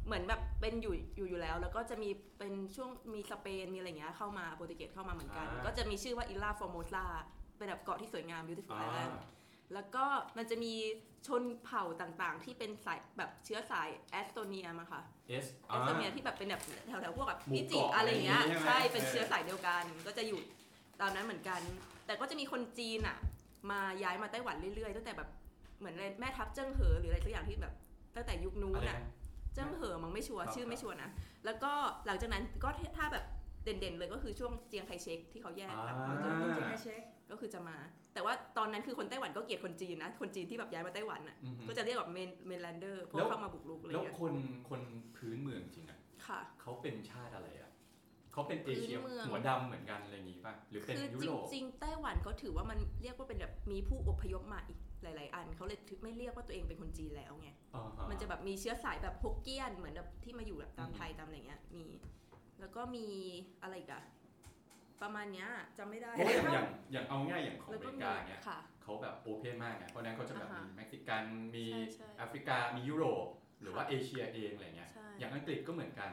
Speaker 4: เหมือนแบบเป็นอยู่อยู่อยู่แล้ว แล้วก็จะมีเป็นช่วงมีสเปนมีอะไรอย่างเงี้ยเข้ามาโปรตุเกสเข้ามาเหมือนกัน
Speaker 2: อ่า
Speaker 4: ก็จะมีชื่อว่าอิลลาฟอร์โมซาเป็นแบบเกาะที่สวยงาม beautiful
Speaker 2: อ่า
Speaker 4: island แล้วก็มันจะมีชนเผ่าต่างๆ ที่เป็นสายแบบเชื้อสายแอสโตเนียมาค่ะ
Speaker 2: เอส
Speaker 4: แอ
Speaker 2: อ่า
Speaker 4: สโตเนียที่แบบเป็นแบบแถวๆพวกแบบ
Speaker 2: หมู่
Speaker 4: พิจิตร
Speaker 2: เกาะ
Speaker 4: อะไรอย่างเงี้ย
Speaker 2: อะไรอย่างงี้ใช่ไหม
Speaker 4: ใช่เป็น
Speaker 2: เออ
Speaker 4: เชื้อสายเดียวกันก็จะอยู่ตามนั้นเหมือนกัน แต่ก็จะมีคนจีนอ่ะ มาย้ายมาไต้หวันเรื่อยๆตั้งแต่แบบเหมือนแม่ทัพเจิ้งเหอหรืออะไรสักอย่างที่แบบตั้งแต่ยุคนู้
Speaker 2: อะ
Speaker 4: น
Speaker 2: ไร
Speaker 4: อ่ะ
Speaker 2: นะ
Speaker 4: เจิ้งเหอมั้งไม่ชัวร์
Speaker 2: ครับ
Speaker 4: ชื่อไม่ชัวร์นะแล้วก็หลังจากนั้นก็ถ้าแบบเด่นๆเลยก็คือช่วงเจียงไคเชกที่เขาแยก
Speaker 2: อ่า
Speaker 4: แบบก็คือจะมา แต่ว่าตอนนั้นคือคนไต้หวันก็เกลียดคนจีนนะคนจีนที่แบบย้ายมาไต้หวันอ่ะ
Speaker 2: อือฮึ
Speaker 4: ก็จะเรียกแบบเมนเมนแลนเดอร์เพราะ
Speaker 2: แล้ว
Speaker 4: เข้ามาบุกรุกอะไรอ
Speaker 2: แล้ว
Speaker 4: ย่างเงี้ย
Speaker 2: คนคนพื้นเมืองจริงอ่ะ
Speaker 4: ค่ะ
Speaker 2: เขาเป็นชาติอะไรอ่ะเขาเป็นเอเชีย
Speaker 4: พื้นเมือง
Speaker 2: หัวดำเหมือนกันอะไรอย่างงี้ป่ะหรือเป็น
Speaker 4: คือ
Speaker 2: ยุ
Speaker 4: จ
Speaker 2: โรป
Speaker 4: ริงๆไต้หวันเขาถือว่ามันเรียกว่าเป็นแบบมีผู้อพยพมาอีกหลาย ๆ อันเขาเลยถือไม่เรียกว่าตัวเองเป็นคนจีนแล้วไง
Speaker 2: อ่าฮ
Speaker 4: มันจะแบบมีเชื้อสายแบบฮกเกี้ยนเหมือนแบบที่มาอยู่แบบตามไทยตามอะไรเงี้ยมี แล้วก็มีอะไรอีกอะประมาณเนี้ยจำไม่ได้
Speaker 2: เพราะว่าอย่างอย่างอย่างเอาง่ายอย่างของ
Speaker 4: แล้
Speaker 2: อ
Speaker 4: ว
Speaker 2: เม
Speaker 4: ก็
Speaker 2: ริ
Speaker 4: มี
Speaker 2: กาเนี่ย
Speaker 4: ค่ะ
Speaker 2: เขาแบบโอเพนมากไงเพราะฉะนั้นเขาจะแบบ
Speaker 4: อ่าฮะ
Speaker 2: มีเม็กซิกันมี
Speaker 4: ใช่ใช่
Speaker 2: แอฟริกามียุโรป หรือว่าเอเชียเองอะไรเงี้ย
Speaker 4: ใช่
Speaker 2: อย่างอังกฤษก็เหมือนกัน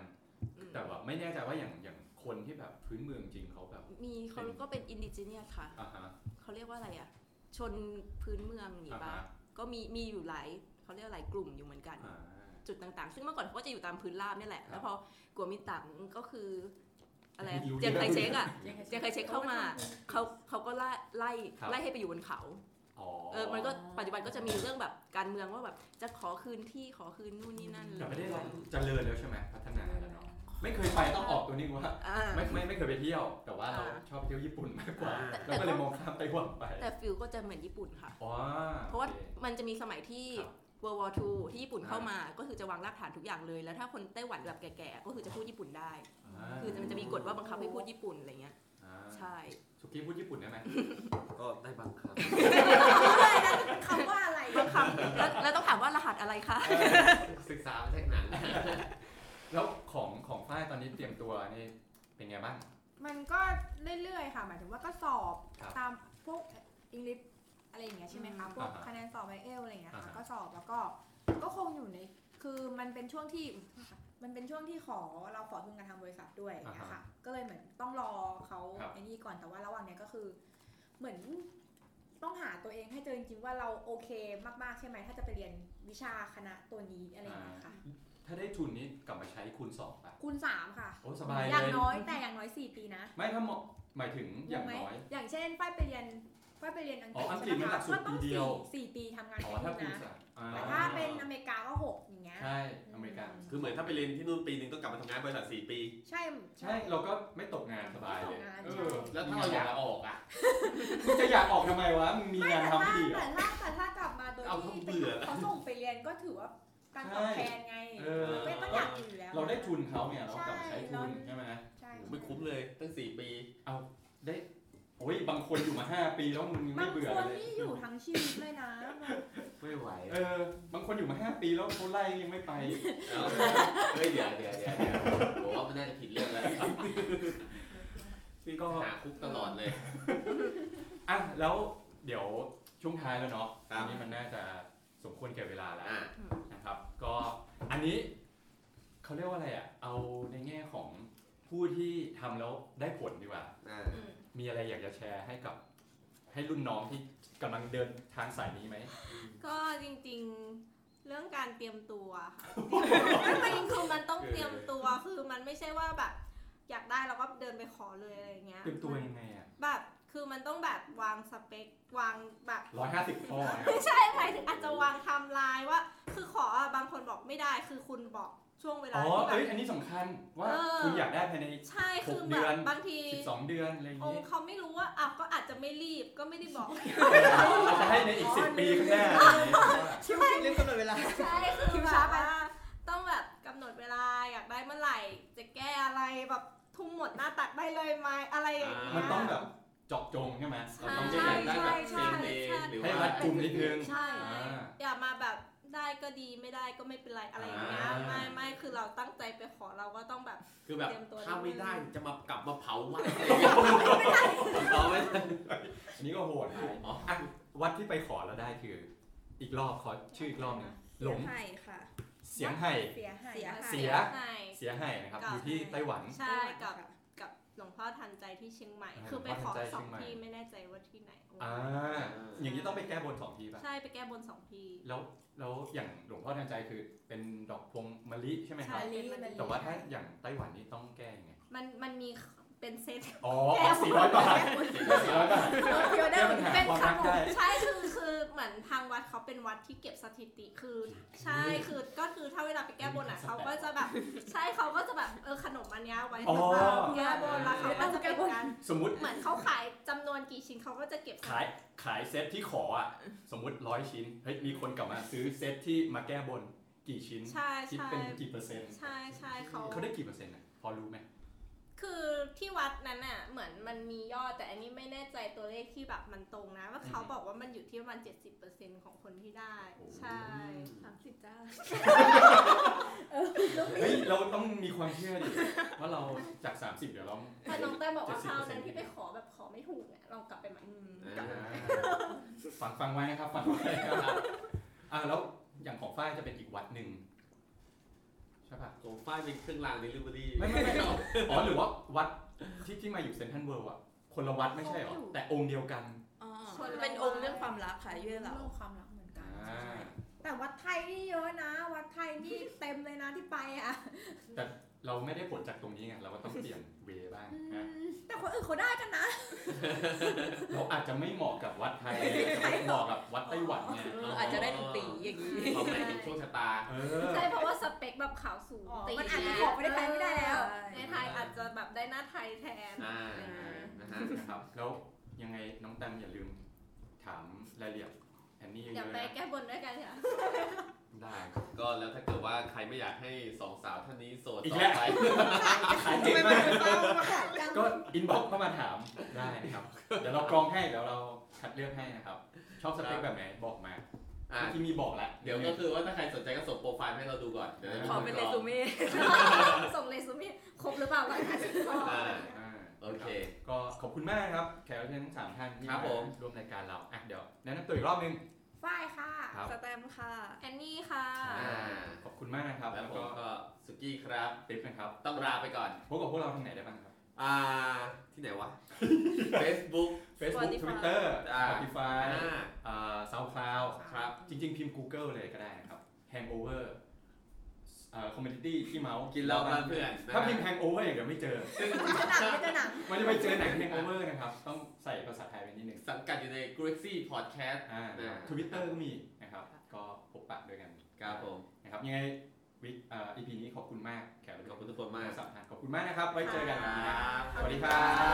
Speaker 4: อืม
Speaker 2: แต่ว่าไม่แน่ใจว่าอย่างอย่างคนที่แบบพื้นเมืองจริงเขาแบบ
Speaker 4: มีเขาก็เป็นอินดิจิเนียค่ะ
Speaker 2: อ่าฮะ
Speaker 4: เขาเรียกว่าอะไรอะชนพื้นเมืองอย่า
Speaker 2: อ่า
Speaker 4: งงี้ปะ
Speaker 2: ฮะ
Speaker 4: ก็มีมีอยู่หลายเขาเรียกว่าหลายกลุ่มอยู่เหมือนกัน
Speaker 2: อ่า
Speaker 4: จุดต่างๆ ซึ่งเมื่อก่อนเขาก็จะอยู่ตามพื้นราบเนี่ยแหละ
Speaker 2: ครับ
Speaker 4: แล้วพอกัวมินตั๋งก็คืออะไรอะ
Speaker 2: ไม่รู้
Speaker 4: เจียงไคเชกอ่ะ
Speaker 2: เรื่อง
Speaker 4: เจียงไคเชกเข้ามาเขาเขาก็ไล่ไล่
Speaker 2: ครับ
Speaker 4: ไล่ให้ไปอยู่บนเขา
Speaker 2: อ๋อ
Speaker 4: เออมันก็ปัจจุบันก็จะมีเรื่องแบบการเมืองว่าแบบจะขอคืนที่ขอคืนนู่นนี่นั่น
Speaker 2: แต่ประเทศเราเจริญแล้วใช่ไหมพัฒนาแล้วเนาะไม่เคยไปต้องออกตัวนี้ว่า
Speaker 4: อ่า
Speaker 2: ไม่ไม่ไม่เคยไปเที่ยว แต่ว่าเรา
Speaker 4: อ่า
Speaker 2: ชอบไปเที่ยวญี่ปุ่นมากกว่า
Speaker 4: แต่
Speaker 2: เรา
Speaker 4: แต่
Speaker 2: ก็เล
Speaker 4: ก็
Speaker 2: ยมองข้ามไต้หวันไป
Speaker 4: แต่ฟิลก็จะเหมือนญี่ปุ่นค่ะ
Speaker 2: อ๋อ
Speaker 4: เพราะว่า
Speaker 2: โอค
Speaker 4: มันจะมีสมัยที่
Speaker 2: ครับ
Speaker 4: World War II ที่ญี่ปุ่นเข้ามาก็คือจะวางรากฐานทุกอย่างเลย แล้วถ้าคนไต้หวันแบบแก่ๆก็คือจะพูดญี่ปุ่นได้
Speaker 2: า
Speaker 4: คือมันจะมีกฎว่าบังคับให้พูดญี่ปุ่นอะไรเงี้ย
Speaker 2: อ่า
Speaker 4: ใช่
Speaker 2: สุกี้พูดญี่ปุ่นได้ไหม
Speaker 1: ก็ได้บางครั้ง
Speaker 5: คำว่าอะไร
Speaker 4: บางคำแล้วแล้วต้องถามว่ารหัสอะไรคะ
Speaker 1: ศึกษามาจากหนัง
Speaker 2: แล้วของของฝ้ายตอนนี้เตรียมตัวนี่เป็นไงบ้าง
Speaker 5: มันก็เรื่อยๆค่ะ หมายถึงว่าก็สอบ
Speaker 2: ครับ
Speaker 5: ตามพวกอังกฤษอะไรอย่างเงี้ยใช่ไหมคะพวก
Speaker 2: อ่าฮะ
Speaker 5: คะแนนสอบไอเอลอะไรอย่างเงี้ย
Speaker 2: อ่า
Speaker 5: ค่ะ
Speaker 2: ฮะ
Speaker 5: ก็สอบแล้วก็ก็คงอยู่ในคือมันเป็นช่วงที่มันเป็นช่วงที่ขอเราขอทุนกันทางบริษัทด้วยอย่างเงี้ยค่ะ ก็เลยเหมือนต้องรอเขาไอ้นี่ก่อนแต่ว่าระหว่างเนี้ยก็คือ เหมือนต้องหาตัวเองให้เจอจริงๆว่าเราโอเคมากๆใช่ไหมถ้าจะไปเรียนวิชาคณะตัวนี้อะไรอย่างเงี้ยค่ะ
Speaker 2: ถ้าได้ทุนนี้กลับมาใช้คูณสองป่ะ
Speaker 5: คูณสามค่ะ
Speaker 2: โอ้สบาย
Speaker 5: อย่าง
Speaker 2: เลย
Speaker 5: น้อยแต่อย่างน้อยสี่ปีนะ
Speaker 2: ไม่ถ้าเหมาะหมายถึงอย่าง
Speaker 5: ไหม
Speaker 2: น้อย
Speaker 5: อย่างเช่นป้ายไปเรียนป้ายไปเรียนอังก
Speaker 2: อ๋
Speaker 5: ฤ
Speaker 2: อ
Speaker 5: ษ
Speaker 2: อังกฤษ
Speaker 5: ใช่ไหม
Speaker 2: มันหลักสูตร
Speaker 5: คะก็ต้อง
Speaker 2: ปีเดี
Speaker 5: สี่
Speaker 2: ยว
Speaker 5: สี่ปีทำงาน
Speaker 2: อ๋อ
Speaker 5: ที่
Speaker 2: ถ้าคูณ
Speaker 5: นี่นะ
Speaker 2: สามอ่
Speaker 5: แต่ถ้าเป็นอเมริกาก็หกอย่างเงี้ย
Speaker 2: ใช่อเมริกัน
Speaker 1: คือเหมือนถ้าไปเรียนที่นู่นปีหนึ่งต้องกลับมาทำงานบริษัทสี่ปี
Speaker 5: ใช่
Speaker 2: ใช่เราก็ไม่ตกงานสบายเลย
Speaker 5: ไม่ตกงาน
Speaker 2: เออ
Speaker 1: แล้วถ้าเราอยากออกอ่ะ
Speaker 2: มึงจะอยากออกทำไมวะมึงมีงาน
Speaker 5: แต่
Speaker 2: ทำไม่
Speaker 5: ถ้า
Speaker 2: ดีเหรอ
Speaker 5: แต่ถ้าแต่ถ้ากลับมาโดย
Speaker 1: เอา
Speaker 5: ที่
Speaker 1: เบื่อแล้ว
Speaker 5: เขาส่งไปเรียนก็ถือว่าการตอบแทนไง
Speaker 2: เออ
Speaker 5: มันไม่ต้องอยากอยู่แล้ว
Speaker 2: เราได้ทุนเขาเนี่ยเรากลับมาใช้ทุน
Speaker 5: ใช่
Speaker 2: ใช่ไหม
Speaker 5: ใช่
Speaker 1: โอ้โหไม่คุ้มเลยตั้งสี่ปี
Speaker 2: ได้โอ้ยบางคนอยู่มาห้าปีแล้วมึงยัง
Speaker 5: บา
Speaker 2: ไม่
Speaker 5: ง
Speaker 2: เบื่อ
Speaker 5: คน
Speaker 2: เลย
Speaker 5: นี่อยู่ทั้งชีวิตเลยนะ
Speaker 1: ไม่ไหว
Speaker 2: เออบางคนอยู่มาห้าปีแล้วเขาไล่ยัง ไม่ไป
Speaker 1: เอาเฮ้ยเดี๋ยวเดี๋ยวเดี๋ยวเดี๋ยวผมว่ามันน่าจะผิดเรื่องแล้ว
Speaker 2: ก็
Speaker 1: หาคุกตลอดเลย
Speaker 2: อ่ะแล้วเดี๋ยวช่วงท้ายแล้วเนาะ
Speaker 1: ครั
Speaker 2: อั
Speaker 1: บ
Speaker 2: นนี้มันน่าจะสมควรแก่เวลาแล้ว
Speaker 1: อ่ะ
Speaker 2: นะครับ ก็อันนี้เขาเรียกว่าอะไรอ่ะ เอาในแง่ของผู้ที่ทำแล้วได้ผลดีกว่า
Speaker 1: อ่า
Speaker 2: มีอะไรอยากจะแชร์ให้กับให้รุ่นน้องที่กำลังเดินทางสายนี้ไหม
Speaker 3: ก็จริงๆ เรื่องการเตรียมตัวค่ะจริงๆคือมันต้องเตรียมตัวคือมันไม่ใช่ว่าแบบ อยากได้เราก็เดินไปขอเลยอะไรอย่างเงี้ย
Speaker 2: เตรียมตัวยังไงอ่ะ
Speaker 3: แบบคือมันต้องแบบวางสเปควางแบบ
Speaker 2: ร้อยห้าสิบข้อนะ
Speaker 3: ไม่ใช่หมายถึงอาจจะวางไทม์ไลน์ว่า คือขออะบางคนบอกไม่ได้คือคุณบอกช่วงเวลา
Speaker 2: อ๋อ
Speaker 3: ที่แบ
Speaker 2: เอ้ย
Speaker 3: บ
Speaker 2: อันนี้สำคัญว่า
Speaker 3: เออ
Speaker 2: คุณอยากได้ภายใน
Speaker 3: ใช่คือ
Speaker 2: หก
Speaker 3: แบ
Speaker 2: เดือบ น
Speaker 3: บางที
Speaker 2: 12 เดือนอะไรอย่าง
Speaker 3: อง
Speaker 2: นี้
Speaker 3: ค์เขาไม่รู้ว่าอ่ะก็อาจจะไม่รีบก็ไม่ได้บอก
Speaker 2: อาจจะให้ในอีก 10 ปีข้างหน้า
Speaker 8: ชิวๆเล่นกำหนดเวลา
Speaker 3: ใช่ คือแบบว่าต้องแบบกำหนดเวลาอยากได้เมื่อไหร่ จะแก้อะไรแบบทุ่มหมดหน้าตักได้เลยไหมอะไรอย่างเงี้ย
Speaker 2: มันต้องแบบเจาะจงใช่ไหม
Speaker 3: ใช่
Speaker 2: เราต้อง
Speaker 1: จะ
Speaker 2: ได้อย
Speaker 1: อายได
Speaker 2: าก ก
Speaker 1: ้แบ
Speaker 2: ได้แบบ บ
Speaker 1: เฟรนเดย์หรือ
Speaker 2: ให้
Speaker 1: ว่า
Speaker 2: รัดกุมนิดนึง
Speaker 3: ใช่
Speaker 2: อ่า
Speaker 3: อย่ามาแบบได้ก็ดีไม่ได้ก็ไม่เป็นไรอะไรอย่างเงี้ย
Speaker 1: อ่า
Speaker 3: ไม่ไม่คือเราตั้งใจไปขอเราก็ต้องแบบ
Speaker 1: คือแบบ
Speaker 3: เตรียมตัว
Speaker 1: ถ้าไม่ได้จะมากลับมาเผาวัดอะไรอย่างเงี้ยเอาไม่ได้
Speaker 2: อันนี้ก็โหดไป
Speaker 1: อ๋อ
Speaker 2: อ่ะวัดที่ไปขอแล้วได้คือ อีกรอบขอชื่ออีกรอบหนึงหลง
Speaker 6: ใช่ค่ะ
Speaker 2: เสียงไห่
Speaker 5: เสียหาย
Speaker 6: เสียหาย
Speaker 2: เสีย
Speaker 3: ให้
Speaker 2: เสียงไห่นะครับ อยู่ที่ไต้หวัน
Speaker 3: ใช่กับ
Speaker 6: ค่ะ
Speaker 3: กับหลวงพ่อทันใจที่เชียงใหม่
Speaker 2: อ่า
Speaker 3: คือไป
Speaker 2: หลวง
Speaker 3: ขอ
Speaker 2: พ่อทันใจ
Speaker 3: สอง
Speaker 2: เชียงใหม่
Speaker 3: ที่ไม่แน่ใจว่าที่ไหน
Speaker 2: อ่า อย่างนี้ต้องไปแก้บนสองทีป่ะ
Speaker 3: ใช่ไปแก้บนสองที่
Speaker 2: แล้ว แล้วอย่างหลวงพ่อทันใจคือเป็นดอกพวงมะลิใช่ไหมครับ
Speaker 3: ใช่
Speaker 5: เป็นมะลิ
Speaker 2: แต่ว่าถ้าอย่างไต้หวันนี่ต้องแก้ยังไง
Speaker 3: มันมันมีเป็นเซต
Speaker 2: อ๋อ
Speaker 3: แก้บน
Speaker 2: สี่ร้อยบาทสี่ร้อยบาท
Speaker 5: เดียวได้
Speaker 2: ปัญหา
Speaker 3: เป็น
Speaker 2: ความรักได้
Speaker 3: ใช่คือคือเหมือนทางวัดเขาเป็นวัดที่เก็บสถิติคือ ใช่คือก็คือถ้าเวลาไปแก้บนอ่ะเขาก็จะแบบ ใช่เขาก็จะแบบเออขนมอันเนี้ยไว้สำหรับ
Speaker 2: อ๋อ
Speaker 3: แก้บนแล้วเขาก็จะเป็นการ
Speaker 2: สมมติ
Speaker 3: เหมือนเขาขายจำนวนกี่ชิ้นเขาก็จะเก็บสถิติ
Speaker 2: ขาย ขายเซตที่ขออ่ะ สมมติร้อยชิ้น เฮ้ย มีคนกลับมาซื้อเซตที่มาแก้บนกี่ชิ้น
Speaker 3: ใช่
Speaker 2: คิด
Speaker 3: ใช่
Speaker 2: เป็นกี่เปอร์เซ็นต์
Speaker 3: ใช่ใช่เขา
Speaker 2: เขาได้กี่เปอร์เซ็นต์อ่ะ พอรู้ไหม
Speaker 3: คือที่วัดนั้นอ่ะเหมือนมันมียอดแต่อันนี้ไม่แน่ใจตัวเลขที่แบบมันตรงนะ ว่าเขา
Speaker 2: อืม
Speaker 3: บอกว่ามันอยู่ที่ประมาณ70%ของคนที่ได้ ใช่
Speaker 6: สามสิบเจ้า
Speaker 2: เฮ้ย เราต้องมีความเชื่อดิ ว่าเราจาก 30 เดี๋ยวเรา
Speaker 3: แต่น้องแต้มบอกว่า
Speaker 2: 70%
Speaker 3: คราวนั้นที่ไปขอแบบขอไม่ถูกเนี่ยลองกลับไปใหม่
Speaker 2: อ่าฟังฟังไว้นะครับ ฟังไว้นะครับอ่าแล้วอย่างของฝ้ายจะเป็นอีกวัดหนึ่งใช่ปะ
Speaker 1: ของฝ้ายเป็นเครื่องราง delivery
Speaker 2: ไม่ไม่ไม่ อ๋อหรือว่าวัดที่ที่มาอยู่เซนทรัลเวิลด์อ่ะ คนละวัดไม่ใช่เหรอ แต่องค์เดียวกัน
Speaker 6: อ๋อ
Speaker 3: คนละ
Speaker 6: เป็นองค์เรื่องความรักค่ะเยื่อเรา
Speaker 5: เรื่องความรักเหมือนกัน
Speaker 2: อ่า
Speaker 5: แต่วัดไทยนี่เยอะนะ วัดไทยนี่เต็มเลยนะที่ไปอ่ะ
Speaker 2: เราไม่ได้ผลจากตรงนี้ไงเราก็ต้องเปลี่ยนเวบ้างนะ
Speaker 5: แต่คนอื่นเขาได้กันนะ
Speaker 2: เราอาจจะไม่เหมาะกับวัดไทยเราเหมาะกับวัดไต้หวันไง
Speaker 6: เอออาจจะได้หนึ่งปีอย่างนี้
Speaker 1: เราหมายถึงโชคชะตา
Speaker 2: เออ
Speaker 3: ใช่เพราะว่าสเปคแบบขาวสูง
Speaker 5: อ๋อ
Speaker 3: ตี
Speaker 5: มันอาจจะขอไปได้ไทยไม่ได้แล้ว
Speaker 3: ในไทยอาจจะแบบได้หน้าไทยแทน
Speaker 1: อ่านะฮะ
Speaker 2: นะครับ แล้วยังไงน้องแตมอย่าลืมถามรายละเอียดแอนนี่เย
Speaker 3: เดี๋ยว
Speaker 2: อะๆ
Speaker 3: ไป
Speaker 2: นะ
Speaker 3: แก้บนด้วยกัน ค่ะ
Speaker 2: ได้
Speaker 1: ก็แล้วถ้าเกิดว่าใครไม่อยากให้สองสาวท่านนี้โสด
Speaker 2: อีก
Speaker 1: ต่
Speaker 2: แล้
Speaker 1: อ
Speaker 2: ว
Speaker 1: ไป
Speaker 2: ขายจริงมาก
Speaker 5: เศร้ามากจัง
Speaker 2: ก็อินบ็อกเข้ามาถามได้นะครับ เดี๋ยวเรากรองให้เดี๋ยวเราคัดเลือกให้นะครับ ชอบสเปคแบบไหนบอกมา
Speaker 1: อ่า
Speaker 2: ที่มีบอกแล้ว
Speaker 1: เดี๋ยวก็คือว่าถ้าใครสนใจก็ส่งโปรไฟล์ให้เราดูก่อน เดี๋ยวจะมี
Speaker 6: ขอเป็นเรซูเม่
Speaker 3: ส่งเรซูเม่ครบหรือเปล่า ก่อนค่ะ
Speaker 1: อ่า
Speaker 2: อ่า
Speaker 1: โอเค
Speaker 2: ก็ขอบคุณมากครับแขกรับเชิญทั้งสามท่านที่
Speaker 1: ครับ
Speaker 2: มา
Speaker 1: ผม
Speaker 2: ร่วมรายการเราอ่ะเดี๋ยวแนะนำตัวอีกรอบนึง
Speaker 5: ฝ้ายค่ะ
Speaker 2: ครับ
Speaker 6: สแตมป์ค่ะ
Speaker 3: แอนนี่ค่ะ
Speaker 1: อ่า
Speaker 2: ขอบคุณมากนะครับ
Speaker 1: แล้
Speaker 2: แล้ว ว
Speaker 1: ผม
Speaker 2: ก็
Speaker 1: ก็สุกี้ครับ
Speaker 2: ติ๊บนะครับ
Speaker 1: ต้องลาไปก่อน
Speaker 2: พบกับพวกเราทางไหนได้บ้างครับ
Speaker 1: อ่า ที่ไหนวะ Facebook
Speaker 2: Facebook
Speaker 6: Spotify
Speaker 2: Twitter
Speaker 1: อ่า
Speaker 2: Spotify
Speaker 1: อ่า
Speaker 2: อ่า SoundCloud
Speaker 1: ครับ
Speaker 2: จริงๆ พิมพ์ Google เลยก็ได้นะครับ Hangover อ่า Community ที่เมาส์
Speaker 1: กินเหล้าบ้านเพื่อนนะ
Speaker 2: ถ้าพิมพ์ Hangover อย่างเดียวไม่เจอ
Speaker 1: ซึ่ง
Speaker 2: มันจะไปเจอหนัง Hangover นะครับ ต้องใส่ภาษาไทยไปนิดนึง
Speaker 1: สังกัดอยู่ใน g r a c y Podcast
Speaker 2: อ่าทวิตเตอร์ก็มีนะครับ ก็พบปะด้วยกัน
Speaker 1: ครับผม
Speaker 2: นะครับยังไงวิกเอ่อ EP นี้ขอบคุณมากแขกรับ
Speaker 1: ข
Speaker 2: เชิ
Speaker 1: อบ
Speaker 2: ญ
Speaker 1: คุณทุกคนมาก
Speaker 2: สำคัญขอบคุณมากนะครับ ไว้เจอกัน
Speaker 1: ครับ
Speaker 2: สวัสดีครับ